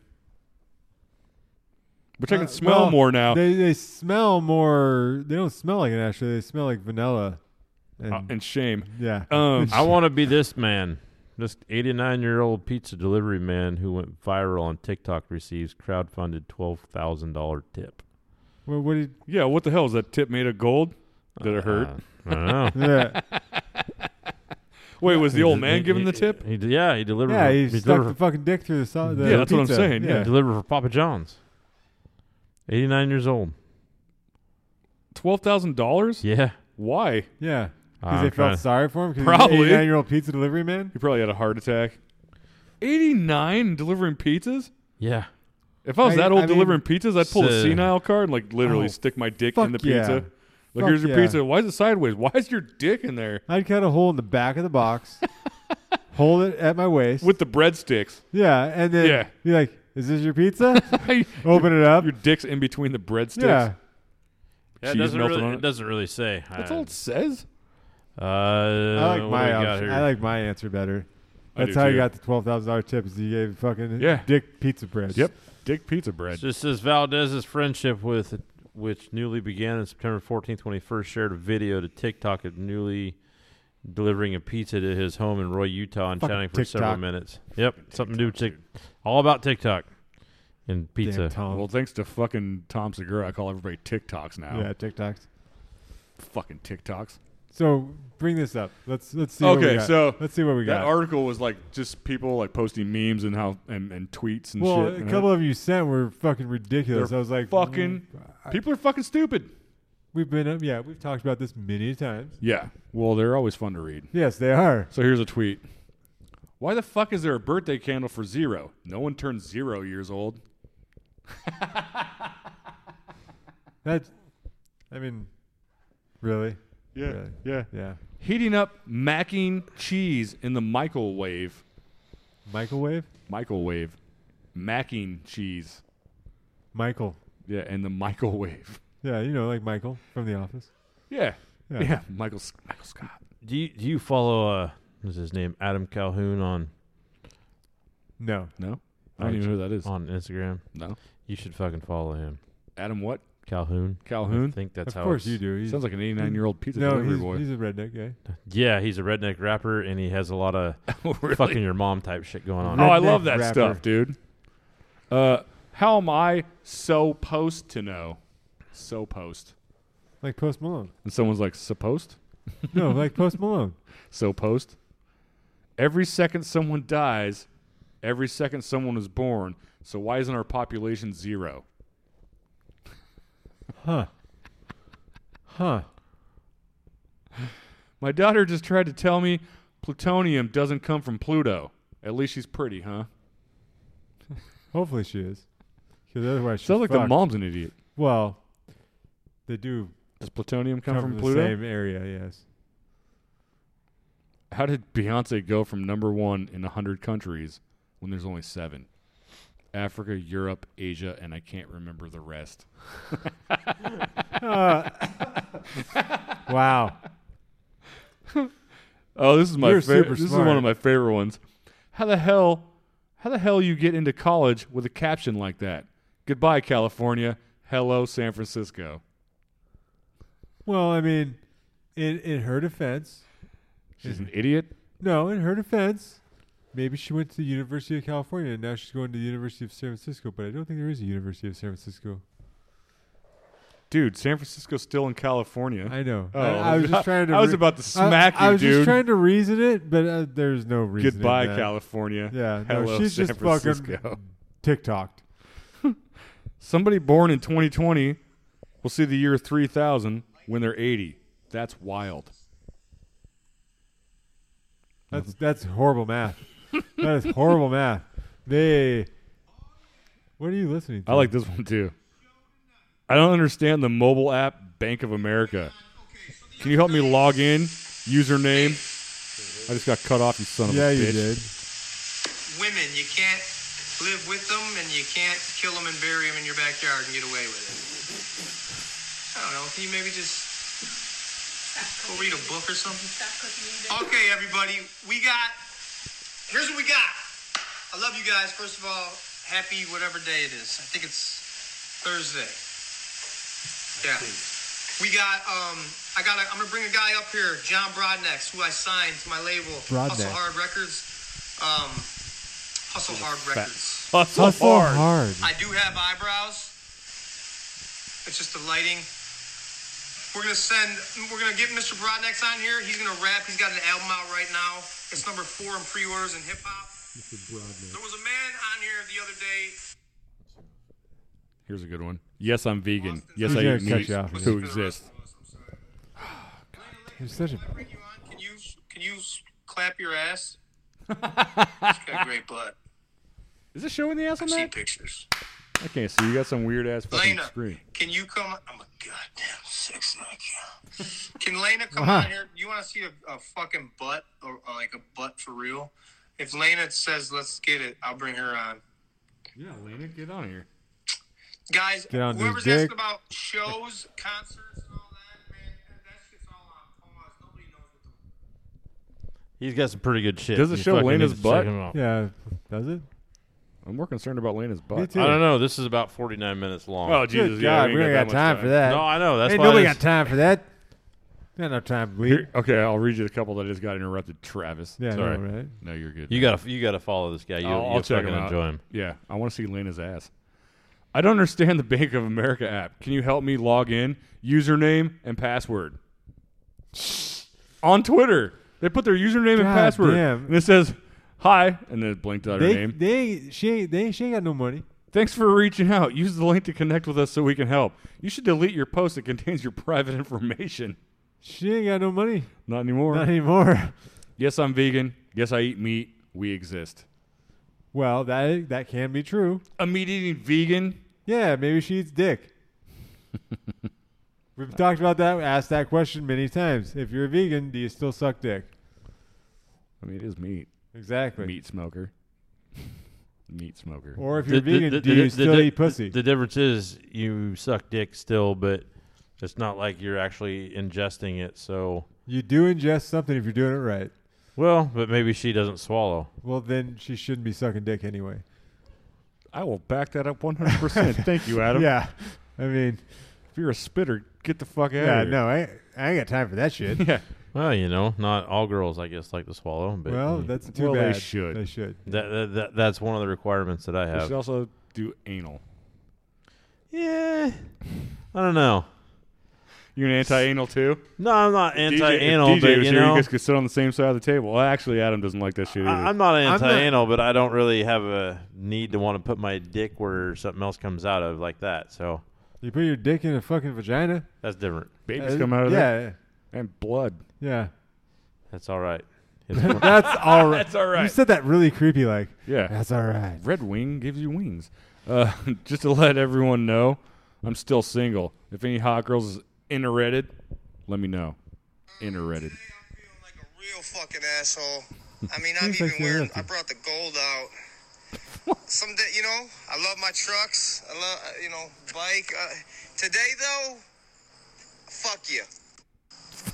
Which I Uh, can smell well, more now, They they smell more. They don't smell like an ashtray. They smell like vanilla. And, uh, and shame. yeah. Um, I want to be this man. This 89 year old pizza delivery man who went viral on TikTok receives crowdfunded $12,000 tip. well, what did? yeah, what the hell is that tip made of gold? Did it hurt? Uh, I don't know. Yeah. Wait, was the old He- man he- giving he- the tip? He, did- yeah, he delivered. yeah. for- He stuck delivered the fucking dick through the solid. Yeah, that's what I'm saying, yeah. Yeah, deliver for Papa John's. 89 years old. Twelve thousand dollars? Yeah. Why? Yeah. Because I'm they trying felt to- sorry for him. Probably. Nine year old pizza delivery man. He probably had a heart attack. Eighty nine delivering pizzas. yeah. If I was I- that old I mean, delivering pizzas, I'd pull a so- senile card and like literally Oh, stick my dick fuck in the yeah. pizza. Like Fuck here's your yeah. pizza. Why is it sideways? Why is your dick in there I'd cut a hole in the back of the box, hold it at my waist. with the breadsticks? yeah, and then Yeah. be like, "Is this your pizza?" your, Open it up. your dick's in between the breadsticks. yeah. Cheese doesn't melted really, on it it. doesn't really say. That's I- all it says. Uh, I like what my do we got option. here? I like my answer better. I That's do, how too. you got the twelve thousand dollar tip. Is you gave fucking Yeah. Dick pizza bread. Yep. Dick pizza bread. So This says Valdez's friendship with which newly began on September 14th when he first shared a video to TikTok of newly delivering a pizza to his home in Roy, Utah, and Fucking chatting for several TikTok. minutes. Yep, something to do with Tik, all about TikTok and pizza. Damn, Tom. Well, thanks to fucking Tom Segura, I call everybody TikToks now. yeah, TikToks. Fucking TikToks. So bring this up. Let's let's see. what we Okay, got. so let's see what we That got. article was like just people like posting memes and how and, and tweets and well, shit. a and couple of you sent were fucking ridiculous. They're I was like, fucking- mm, I- people are fucking stupid. We've been up. Yeah, we've talked about this many times. Yeah. Well, they're always fun to read. Yes, they are. So here's a tweet. Why the fuck is there a birthday candle for zero? No one turns zero years old. That. I mean, really? Yeah. Really? Yeah. Yeah. Heating up macking cheese in the microwave. Microwave. Microwave. Macking cheese. Michael. Yeah, in the microwave. Yeah, you know, like Michael from The Office. Yeah. Yeah. Yeah. Michael, S- Michael Scott. Do you do you follow uh what's his name Adam Calhoun on No. No? I don't even know who that Uh, is. on Instagram? No. You should fucking follow him, Adam what? Calhoun. I Calhoun? think that's of how. course it's- you do. He's, Sounds like an 89 year old pizza no, delivery he's, boy. he's a redneck guy. Yeah, he's a redneck rapper, and he has a lot of Really? fucking your mom type shit going on. Oh, I Redneck love that rapper. stuff, dude. Uh, how am I supposed to know? Supposed. Like Post Malone. And someone's like, supposed? No, like Post Malone. So post. Every second someone dies, every second someone is born. So why isn't our population zero? Huh. Huh. My daughter just tried to tell me plutonium doesn't come from Pluto. At least she's pretty, huh? Hopefully she is. Because otherwise she's Sounds like the fucked. mom's an idiot. Well, they do Does plutonium come, come from the Pluto? same area, yes. How did Beyonce go from number one in 100 countries when there's only seven? Africa, Europe, Asia, and I can't remember the rest. Uh, wow. Oh, this is my You're favorite. super This is smart. one of my favorite ones. How the hell, how the hell you get into college with a caption like that? Goodbye, California. Hello, San Francisco. Well, I mean, in, in her defense, She's an idiot. no, in her defense, maybe she went to the University of California and now she's going to the University of San Francisco, but I don't think there is a University of San Francisco. Dude, San Francisco's still in California. I know. I, I was just trying to. Oh, I was re- about to smack I, you, I was dude. just trying to reason it, but uh, there's no reason. Goodbye, in that. California. Yeah, no, Hello, she's San just Francisco. fucking TikToked. Somebody born in 2020 will see the year 3000 when they're 80. That's wild. That's Mm-hmm. that's horrible math. that is horrible math. They. What are you listening to? I like this one too. I don't understand the mobile app Bank of America. Can you help me log in? Username. I just got cut off, you son of Yeah, a bitch. you did. women. You can't live with them, and you can't kill them and bury them in your backyard and get away with it. I don't know. Can you maybe just go read a book or something? Okay, everybody. We got. Here's what we got. I love you guys. First of all, happy whatever day it is. I think it's Thursday. Yeah. We got. Um. I got. A, I'm gonna bring a guy up here, John Broadnex, who I signed to my label, Hustle Broadnex. Hard Records. Um. Hustle Hard Records. Hustle, Hustle hard. hard. I do have eyebrows. It's just the lighting. We're gonna send. We're gonna get Mr. Broadnex on here. He's gonna rap. He's got an album out right now. It's number four in pre-orders in hip hop. Mr. Broadnex. There was a man on here the other day. Here's a good one. Yes, I'm vegan. Yes, He's I gonna eat cut meat. you off again. Who exists? You're such a- Can I bring you on? Can you can you clap your ass? He's got great butt. Is this showing the ass on I've seen that? pictures. I can't see. You got some weird ass fucking Lena, screen. can you come? I'm a goddamn sexy again. Can Lena come Wow. on here? You want to see a, a fucking butt or, or like a butt for real? If Lena says let's get it, I'll bring her on. Yeah, Lena, get on here. Guys, Get on this whoever's dick. asking about shows, concerts, and all that, man, that shit's all on pause. Nobody knows what the He's got some pretty good shit. Does it You show fucking Lena's need to butt? check him out. Yeah, does it? I'm more concerned about Lena's butt. Me too. I don't know. This is about 49 minutes long. Oh Jesus! Good yeah, God, we ain't ain't got that much time for that. no, I know. That's ain't why nobody this- got time for that. Got no time to bleed. Here- okay, I'll read you the couple that just got interrupted. Travis. Yeah, I Sorry. know, right? No, you're good. You gotta, you gotta follow this guy. You'll, I'll- I'll you'll check fucking him out. enjoy him. Yeah, I want to see Lena's ass. I don't understand the Bank of America app. Can you help me log in, username and password? On Twitter, they put their username and God password, damn. and it says "Hi," and then it blinked out her They, name. they, she, ain't, they, she ain't got no money. Thanks for reaching out. Use the link to connect with us so we can help. You should delete your post that contains your private information. She ain't got no money. Not anymore. Not anymore. yes, I'm vegan. Yes, I eat meat. We exist. Well, that that can be true. A meat eating vegan. Yeah, maybe she eats dick. We've talked about that. Asked that question many times. If you're a vegan, do you still suck dick? I mean, it is meat. Exactly. Meat smoker. meat smoker. Or if you're The- the- vegan, the- do the- you the- still the- eat pussy? The difference is you suck dick still, but it's not like you're actually ingesting it. So, you do ingest something if you're doing it right. well, but maybe she doesn't swallow. Well, then she shouldn't be sucking dick anyway. I will back that up 100%. Thank you, Adam. Yeah. I mean, If you're a spitter, get the fuck out yeah, of here. no, I, I ain't got time for that shit. Yeah. Well, you know, not all girls, I guess, like to swallow. But well, mm, that's too Well, they bad. should. They should. that, that, that that's one of the requirements that I You should have. also do anal. Yeah, I don't know. You an anti-anal too? No, I'm not DJ anti-anal, if but DJ was you here, know, you guys could sit on the same side of the table. Well, actually, Adam doesn't like that shit either. I, I'm not anti-anal, but I don't really have a need to want to put my dick where something else comes out of like that. So You put your dick in a fucking vagina. that's different. Babies uh, come out of yeah, there and blood. Yeah. That's all right. That's all right. That's all You right. said that really creepy, like, Yeah. that's all right. Red Wing gives you wings. Uh, just to let everyone know, I'm still single. If any hot girls is interredded, let me know. Interredded. Today I'm feeling like a real fucking asshole. I mean, I'm Seems like even you're wearing. lucky. I brought the gold out. Some day, you know, I love my trucks. I love, uh, you know, bike. Uh, today though, fuck you.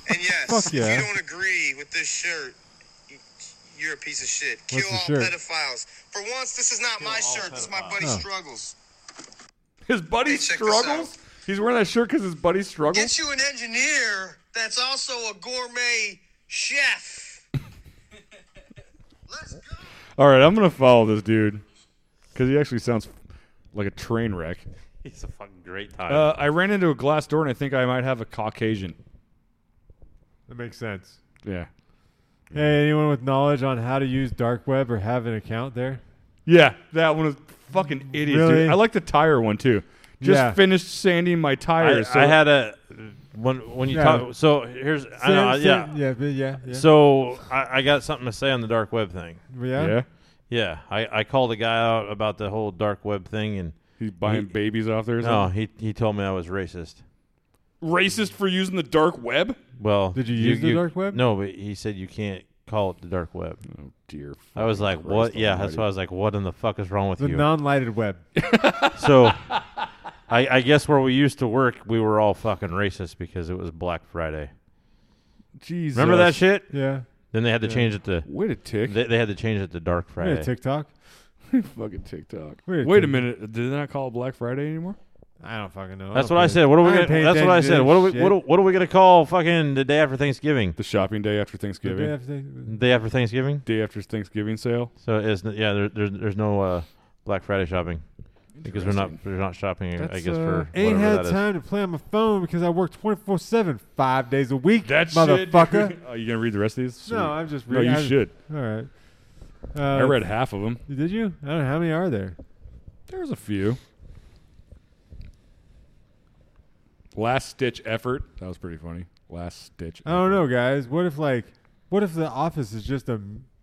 And yes, Fuck if yeah. you don't agree with this shirt, you- you're a piece of shit. What's Kill the all shirt? pedophiles. For once, this is not my shirt. This is my buddy Oh. struggles. His buddy Hey, check this struggles. He's wearing that shirt because his buddy struggles. Get you an engineer that's also a gourmet chef. Let's go. All right, I'm gonna follow this dude because he actually sounds like a train wreck. It's a fucking great time. Uh, I ran into a glass door and I think I might have a Caucasian. That makes sense. Yeah. Hey, anyone with knowledge on how to use dark web or have an account there? Yeah, that one is fucking idiot, Really? dude. I like the tire one too. Just Yeah. finished sanding my I, tires. so- I had a when when you Yeah. talk. So here's I know, Same- yeah. same- yeah, but yeah, yeah. So I, I got something to say on the dark web thing. yeah. yeah. Yeah, I, I called a guy out about the whole dark web thing, and He's buying He- babies off there. Or no, something. he he told me I was racist. Racist for using the dark web. Well, Did you use the dark web? No, but he said you can't call it the dark web. Oh dear. I was like, what? Yeah, that's why I was like, what in the fuck is wrong with The you? non-lighted web. so I, I guess where we used to work, we were all fucking racist because it was Black Friday. Jesus. Remember that shit? Yeah. Then they had to change it to Wait a tick. they, they had to change it to Dark Wait, Friday. TikTok? fucking TikTok. Wait Wait, a a tick. minute. Did they not call it Black Friday anymore? I don't fucking know. That's what I said. What are we? I Gonna, ain't paying that's what I attention to said. this What are we? shit. What are, what are we gonna call fucking the day after Thanksgiving? The shopping day after Thanksgiving. Day, The day after Thanksgiving. after Thanksgiving sale. So it's n- yeah. There, there's there's no uh, Black Friday shopping because we're not Interesting. we're not shopping. I That's, guess uh, for Ain't whatever had that is. time to play on my phone because I work 24-7, five days a week, That shit. motherfucker. Are you gonna read the rest of these? Sweet. No, I'm just No, reading. you I- should. All right. Uh, I read half of them. Did you? I don't know. How many are there? There's a few. Last stitch effort. That was pretty funny. Last stitch. I don't know, guys. What if like, what if The Office is just a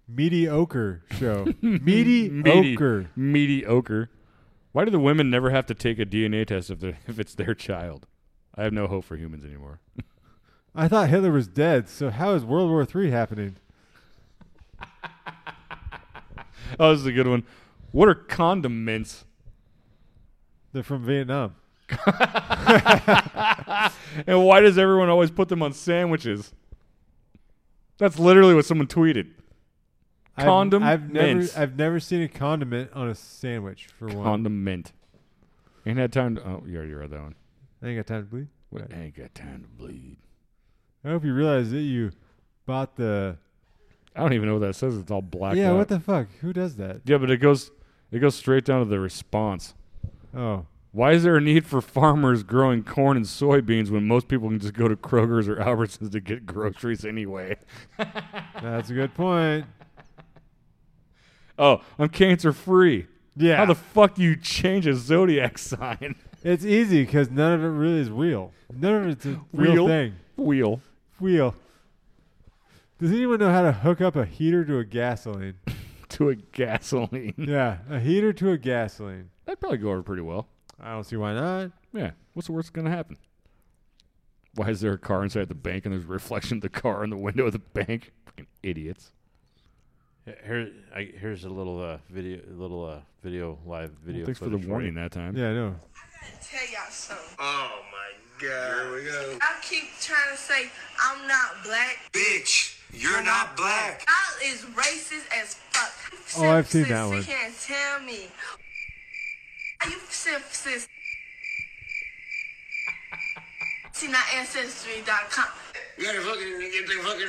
mediocre show? mediocre. Mediocre. Mediocre. Why do the women never have to take a DNA test if, they're- if it's their child? I have no hope for humans anymore. I thought Hitler was dead. So how is World War Three happening? Oh, this is a good one. What are condiments? They're from Vietnam. And why does everyone always put them on sandwiches? That's literally what someone tweeted. I've- Condom I've, never mints. I've never seen a condiment on a sandwich for one. Condiment. Ain't had time to. Oh, you already read that one. I ain't got time to bleed. What? Ain't got time to bleed. I hope you realize that you bought the. I don't even know what that says. It's all black. yeah, what the fuck? Who does that? Yeah, but it goes it goes straight down to the response. Oh, Why is there a need for farmers growing corn and soybeans when most people can just go to Kroger's or Albertsons to get groceries anyway? that's a good point. Oh, I'm cancer free. Yeah, How the fuck do you change a zodiac sign? it's easy because none of it really is real. None of it's a real, Real? thing. Wheel. Wheel. Does anyone know how to hook up a heater to a gasoline? to a gasoline. yeah, a heater to a gasoline. That'd probably go over pretty well. I don't see why not. Yeah. What's the worst that's gonna happen? Why is there a car inside the bank and there's a reflection of the car in the window of the bank? Fucking idiots. Here, I, here's a little uh, video, a little uh, video, live video. Thanks for the footage you. warning that time. Yeah, I know. tell y'all something. Oh my god. Here we go. I keep trying to say I'm not black. Bitch, you're not black. Y'all is racist as fuck. Oh, I've seen that one. You can't tell me. Are you synthesis? See my ancestry.com. You gotta fucking get the fucking.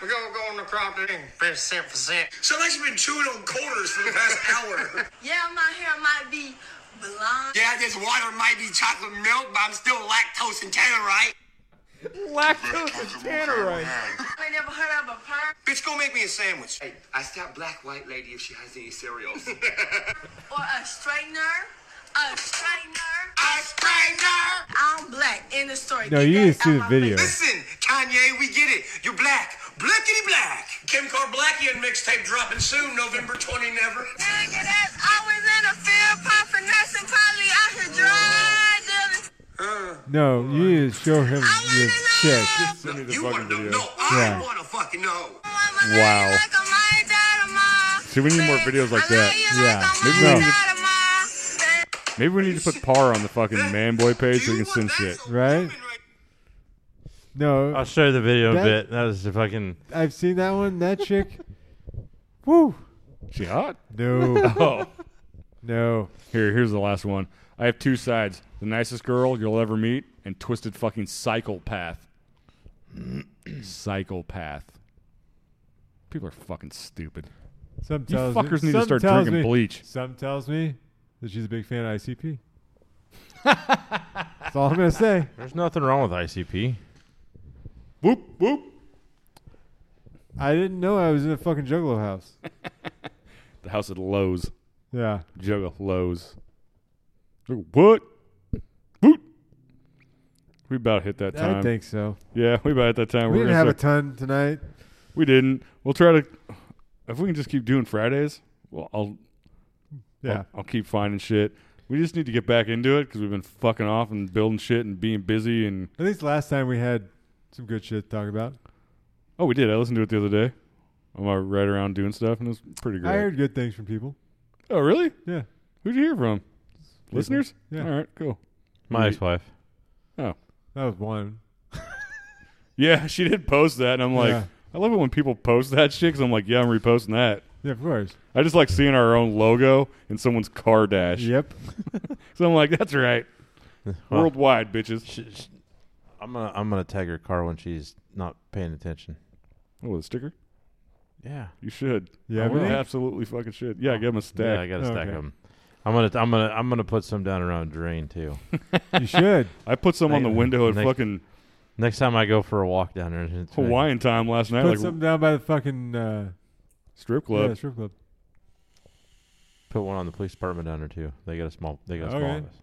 We're gonna go on the crop and press cent for cent. Sounds like you've been chewing on quarters for the past hour. Yeah, my hair might be blonde. yeah, this water might be chocolate milk, but I'm still lactose intolerant. Lactose and I ain't never heard of a perm Bitch, go make me a sandwich. Hey, ask that black white lady if she has any cereals. or a straightener. A straightener. I straightener. I'm black. End of story. No, Get you that didn't see out the my video. face. Listen, Kanye, we get it. You're black. Blackity black. Kim Kardashian mixtape dropping soon, November 20 never. Nigga that's always in the field popping nuts and probably out here drug dealing. No, you need to show him I wanna your know. chick. Send me the fucking You wanna know? video. No, I Yeah. wanna fucking know. Wow. Wow. Like I might die tomorrow. See, we need more Say, videos like I love that. you Yeah. like I Maybe we might need to- die tomorrow. Say, Maybe we need to put par on the fucking manboy page so we You can send want- shit. that's a Right? woman No, I'll show you the video That- a bit. That was the fucking. I've seen that one. That chick. Woo. She hot? No, Oh. no. Here, here's the last one. I have two sides. The nicest girl you'll ever meet and twisted fucking psychopath. psychopath. People are fucking stupid. Some You tells fuckers me, need to some start tells drinking me- bleach. Some tells me that she's a big fan of ICP. That's all I'm gonna say. There's nothing wrong with ICP. Whoop, whoop. I didn't know I was in a fucking juggalo house. The house at Lowe's. Yeah. Jug of Lowe's. Look, What? Whoop. We about hit that time. I think so. yeah, we about hit that time. We We're didn't gonna have a start- ton tonight. We didn't. We'll try to. If we can just keep doing Fridays, well, I'll Yeah. I'll, I'll keep finding shit. We just need to get back into it because we've been fucking off and building shit and being busy. And At least last time we had some good shit to talk about. oh, we did. I listened to it the other day. I'm uh, right around doing stuff, and it was pretty great. I heard good things from people. oh, really? Yeah. Who'd you hear from? Listeners? Yeah. All right, cool. My ex-wife. Oh, That was one. yeah. She did post that, and I'm like, Yeah. I love it when people post that shit because I'm like, yeah, I'm reposting that. Yeah, of course. I just like seeing our own logo in someone's car dash. Yep. So I'm like, that's right. Worldwide, bitches. Sh sh I'm gonna I'm gonna tag her car when she's not paying attention. Oh, the sticker? Yeah. You should. Yeah, I will. really? Oh. absolutely fucking should. Yeah, give him a stack. Yeah, I gotta stack Okay. them. I'm gonna I'm gonna I'm gonna put some down around drain too. You should. I put some on the Hey, window at Nick- fucking Next time I go for a walk down there, it's gonna- Hawaiian time last night, Put like something down by the fucking uh, strip Yeah, club. strip club. put one on the police department down there too. They got a small they got a small Okay. office.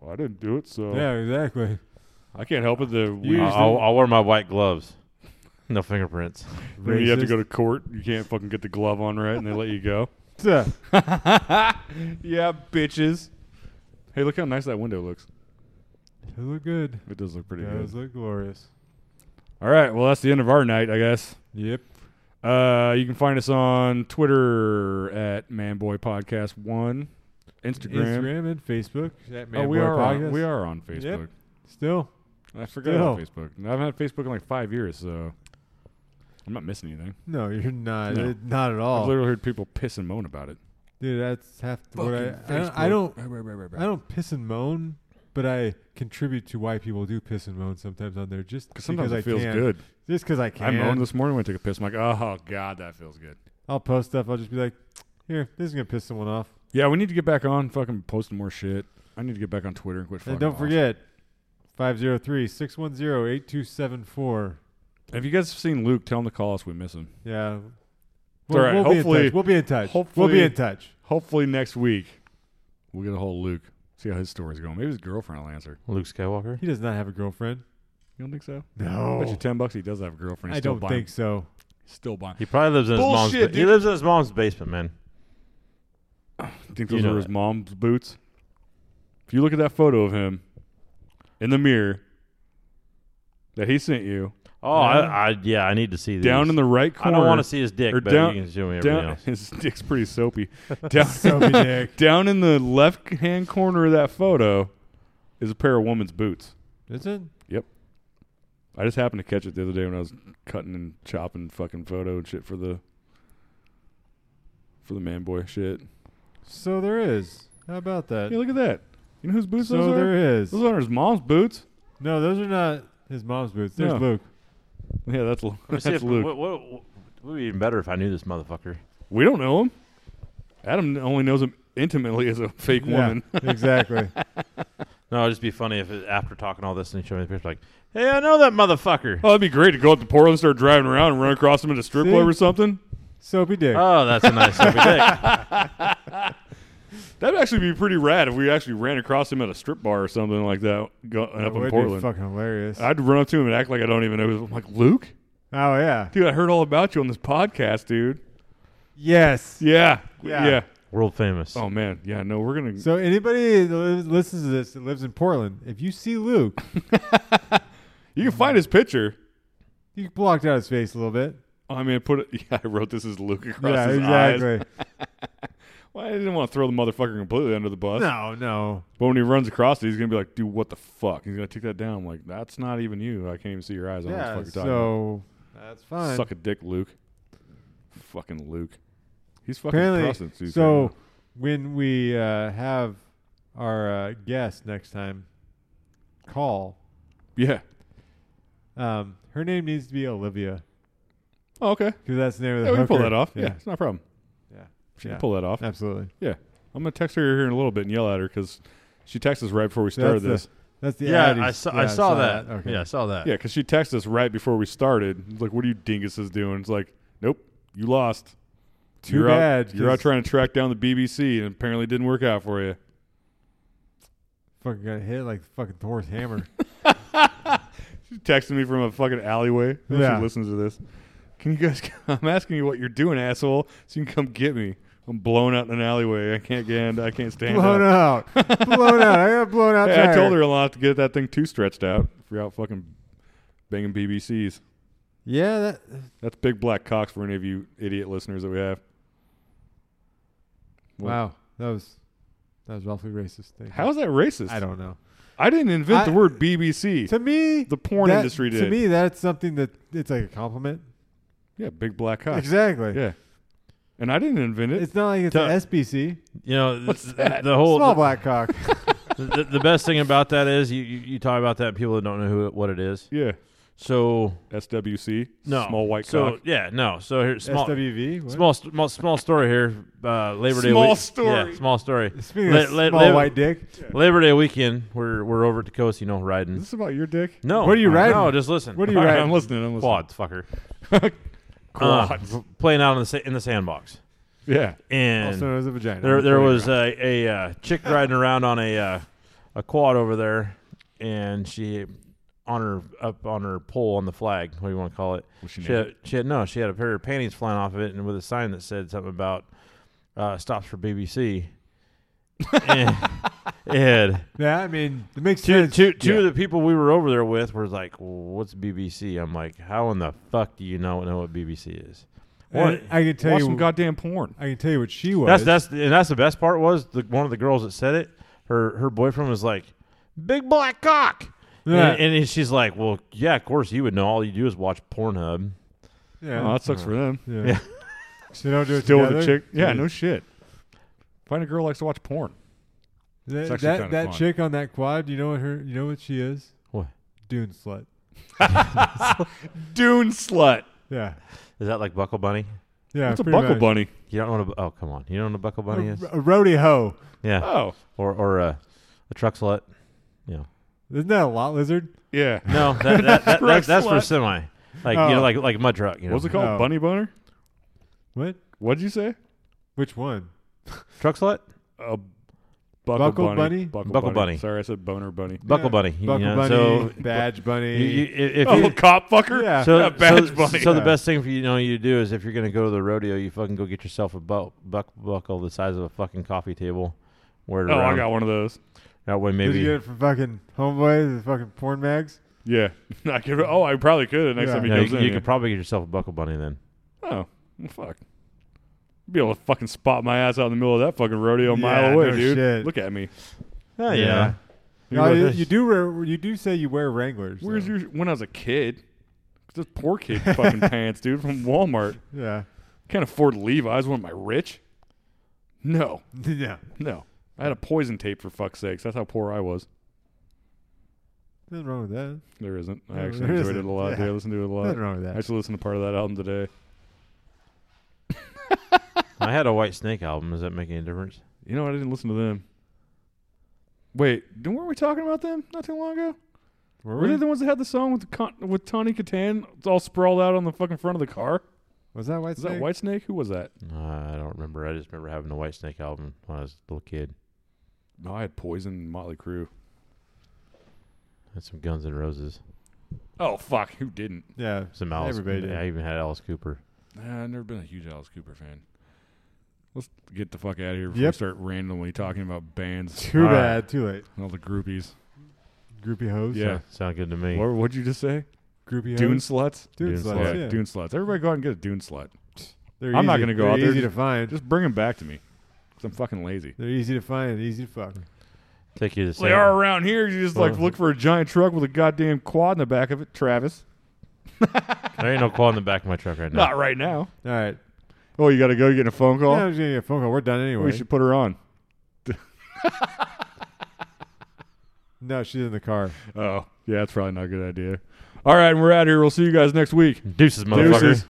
Well, I didn't do it, so Yeah, exactly. I can't help it. The I'll, we I'll, I'll wear my white gloves. No fingerprints. when you have to Racist. go to court. You can't fucking get the glove on right, and they let you go. Yeah. yeah, bitches. Hey, look how nice that window looks. It looked good. It does look pretty Does good. look glorious. All right, well that's the end of our night, I guess. Yep. Uh, you can find us on Twitter at Manboy Podcast One, Instagram. Instagram and Facebook. At Oh, we Manboy are on, Podcast. we are on Facebook. Still. I forgot about Still. Facebook. I haven't had Facebook in like five years, so I'm not missing anything. No, you're not. No. It- not at I've all, literally heard people piss and moan about it. dude. That's half the- what I. I don't. I Facebook. don't, Right, right, right, right, right. I don't piss and moan, but I contribute to why people do piss and moan sometimes on there. Just because sometimes I it feels can. good. Just because I can. I moaned this morning when I took a piss. I'm like, oh god, that feels good. I'll post stuff. I'll just be like, here, this is gonna piss someone off. Yeah, we need to get back on fucking posting more shit. I need to get back on Twitter and quit. And fucking don't off. forget, 503-610-8274. If you guys have seen Luke, tell him to call us. We miss him. Yeah. all right. We'll, we'll be in Hopefully- touch. We'll be in touch. we'll hopefully- be in touch. Hopefully next week we'll get a hold of Luke. See how his story's going. Maybe his girlfriend will answer. Luke Skywalker. He does not have a girlfriend. You don't think so? No. I bet you ten bucks he does have a girlfriend. He's still Oh. I don't buying, think so. Still buying. He probably lives in his mom's. Bullshit, ba- he dude. lives in his mom's basement, man. You think those You know are his that. mom's boots? If you look at that photo of him in the mirror that he sent you, Oh, I, I yeah, I need to see these. down in the right I corner. don't want to see his dick, or but down- you can show me everything down, else. his dick's pretty soapy. Down, Soapy dick. down in the left hand corner of that photo is a pair of woman's boots. Is it? Yep. I just happened to catch it the other day when I was cutting and chopping fucking photo and shit for the for the man boy shit. So there is. How about that? Hey, look at that. You know whose boots so those are? there is. Those are his mom's boots. No, those are not his mom's boots. There's No. Luke. Yeah, that's Lu- Let me that's see if- Luke. What, what- what would be even better if I knew this motherfucker? we don't know him. Adam only knows him intimately as a fake woman. Yeah, exactly. No, it'd just be funny if it, after talking all this and he showed me the picture, like, hey, I know that motherfucker. Oh, that'd be great to go up to Portland, start driving around, and run across him in a strip See? club or something. Soapy Uh, dick. Oh, that's a nice selfie dick. That'd actually be pretty rad if we actually ran across him at a strip bar or something like that, go, that up in would be Portland. fucking hilarious. I'd run up to him and act like I don't even know. I'm like, Luke, oh yeah. dude, I heard all about you on this podcast, dude. Yes. Yeah, yeah. Yeah. World famous. Oh man, yeah. No, we're gonna. So anybody that lives- listens to this that lives in Portland, if you see Luke, you can find his picture. you blocked out his face a little bit. I mean, I put it. Yeah, I wrote this as Luke across yeah, his exactly. eyes. Well, I didn't want to throw the motherfucker completely under the bus. No, no. But when he runs across it, he's gonna be like, "Dude, what the fuck?" He's gonna take that down. I'm like, that's not even you. I can't even see your eyes. I don't know Yeah. what the fuck you're talking So that's about. fine. Suck a dick, Luke. Fucking Luke. He's fucking Apparently, prostitutes. so right when we uh, have our uh, guest next time call, now. yeah. um, her name needs to be Olivia Oh, okay. because that's the name of the Yeah, we can pull hooker. that off. Yeah, it's not a problem. Yeah. She Yeah. can pull that off. Absolutely. Yeah. I'm going to text her here in a little bit and yell at her because she texted us right before we So started that's the, this. that's the yeah, Addie's- I saw, yeah, I saw that. Okay. Yeah, I saw that. Yeah, because she texted us right before we started. It's like, what are you dinguses doing? It's like, nope, you lost. Too you're bad, Out, you're out 'cause- trying to track down the BBC and apparently it didn't work out for you. Fucking got hit like the fucking Thor's hammer. She texted me from a fucking alleyway. I hope Yeah. She listens to this. Can you guys? I'm asking you what you're doing, asshole. So you can come get me. I'm blown out in an alleyway. I can't get. I can't stand. blown up. out. blown out. I got blown out. Hey, I tire. told her a lot to get that thing too stretched out. If you're out fucking banging BBCs, Yeah, that, that's big black cocks for any of you idiot listeners that we have. Well, wow. That was that was awfully racist. Thank you. How is that racist? I don't know. I didn't invent the I- word BBC. To me, The porn that- industry To did. me, that's something that it's like a compliment. yeah, big black cocks. Exactly. Yeah, and I didn't invent it. It's not like it's Tell- an SBC. You know, th- What's th- that? the whole Small the, black cock. the, the best thing about that is you, you, you talk about that and people that don't know who it- what it is. yeah, So SWC. no small white So cock. yeah, no. So here, small SWV. What? small st- small small story here. Uh, Labor Day. Small week- story. Yeah, small story. Speaking La- of la- small Labor- white dick. Labor Day weekend, we're we're over at the coast, you know, riding. Is this about your dick? No, uh, What are you riding? No, just listen. What are you All right, riding? I'm listening. I'm listening. Quads, fucker. Uh, Quads. v- playing out in the sa- in the sandbox, yeah. and Also known as a vagina. there there was a, a uh, chick riding around on a uh, a quad over there, and she on her up on her pole on the flag, what do you want to call it? Was she had, she had no, she had a pair of panties flying off of it, and with a sign that said something about uh, stops for BBC. and, and Yeah, I mean, it makes two, sense. two, two Yeah. of the people we were over there with were like, well, "What's BBC?" I'm like, "How in the fuck do you not know what BBC is?" And I can tell Watch you. some goddamn porn. I can tell you what she was. That's that's and that's the best part was the, one of the girls that said it. Her her boyfriend was like, "Big black cock," Yeah. and, and she's like, "Well, yeah, of course you would know. All you do is watch Pornhub." Yeah. Oh, that sucks for them. yeah. Yeah. So you don't do it Still with a together? chick. Yeah, no shit. Find a girl who likes to watch porn. That, actually that, kinda that fun. chick on that quad, you know what her? You know what she is? What? Dune slut. Dune slut. Yeah. Is that like Buckle Bunny? Yeah. That's a pretty buckle much. bunny. You don't know what a, oh, come on. You don't know what a Buckle Bunny is? A, a roadie hoe. Yeah. Oh, Or, or a, a truck slut. You know. Isn't that a lot lizard? yeah. No, that, that, that, Truck that, that's for slut. semi. Like, Oh. you know, like, like mud truck. You know? What's it called? No. Bunny boner? What? What'd you say? Which one? Truck slut? A buckle, Buckle bunny. bunny? Buckle, Buckle bunny. Sorry, I said boner bunny. Buckle Yeah. Bunny. you Buckle know, bunny. So, badge bunny. you, you, if Oh, you, cop fucker. Yeah. So, a badge so, bunny. so the Yeah. best thing for you know you to do is if you're gonna go to the rodeo, you fucking go get yourself a bu- buck buckle the size of a fucking coffee table. Wear it oh, around. I got one of those. That way Did maybe you get it from fucking homeboys, the fucking porn mags? Yeah. I could, oh, I probably could the next Yeah. time he Yeah, goes you, in. you yeah. could probably get yourself a buckle bunny then. oh, well, fuck. Be able to fucking spot my ass out in the middle of that fucking rodeo a mile Yeah, away, no dude. shit. Look at me. Oh, yeah. You No, know, you, that's- you do wear, you do say you wear Wranglers. Where's though. your when I was a kid? This poor kid fucking pants, dude, from Walmart. Yeah. Can't afford Levi's. What am I rich? No, yeah. no. I had a poison tape for fuck's sakes. That's how poor I was. Nothing wrong with that. There isn't. I No, actually there enjoyed it isn't. a lot. Yeah. dude. I listened to it a lot. Nothing wrong with that. I actually listened to part of that album today. I had a White Snake album. Does that make any difference? You know what? I didn't listen to them. Wait, d- weren't we talking about them not too long ago? Were Were, we? they the ones that had the song with the con- with Tawny Catan all sprawled out on the fucking front of the car? was that White Is Snake? that White Snake? Who was that? Uh, I don't remember. I just remember having a White Snake album when I was a little kid. No, I had Poison and Motley Crue. Had some Guns N' Roses, Oh fuck, who didn't? Yeah. some Alice. Everybody did. I even had Alice Cooper. Nah, I've never been a huge Alice Cooper fan. Let's get the fuck out of here before Yep. we start randomly talking about bands Too All right. bad. Too late. and all the groupies. Groupie hoes. Yeah. Sound good to me. What, what'd you just say? Groupie hoes. Dune sluts? Dune Dune sluts. sluts. yeah, Yeah. Dune sluts. Everybody go out and get a Dune slut. They're I'm not easy- gonna go they're out there. Easy to find. Just bring them back to me because I'm fucking lazy. They're easy to find and easy to fuck. Take you to San, They are around here. You just like Well- look for a giant truck with a goddamn quad in the back of it, Travis. There ain't no quad in the back of my truck right now. Not right now. All right. Oh, you got to go. You're getting a phone call. Yeah, I was getting a phone call. We're done anyway. we should put her on. No, she's in the car. Oh, yeah, that's probably not a good idea. All right, and we're out of here. We'll see you guys next week. Deuces, motherfucker. Deuces.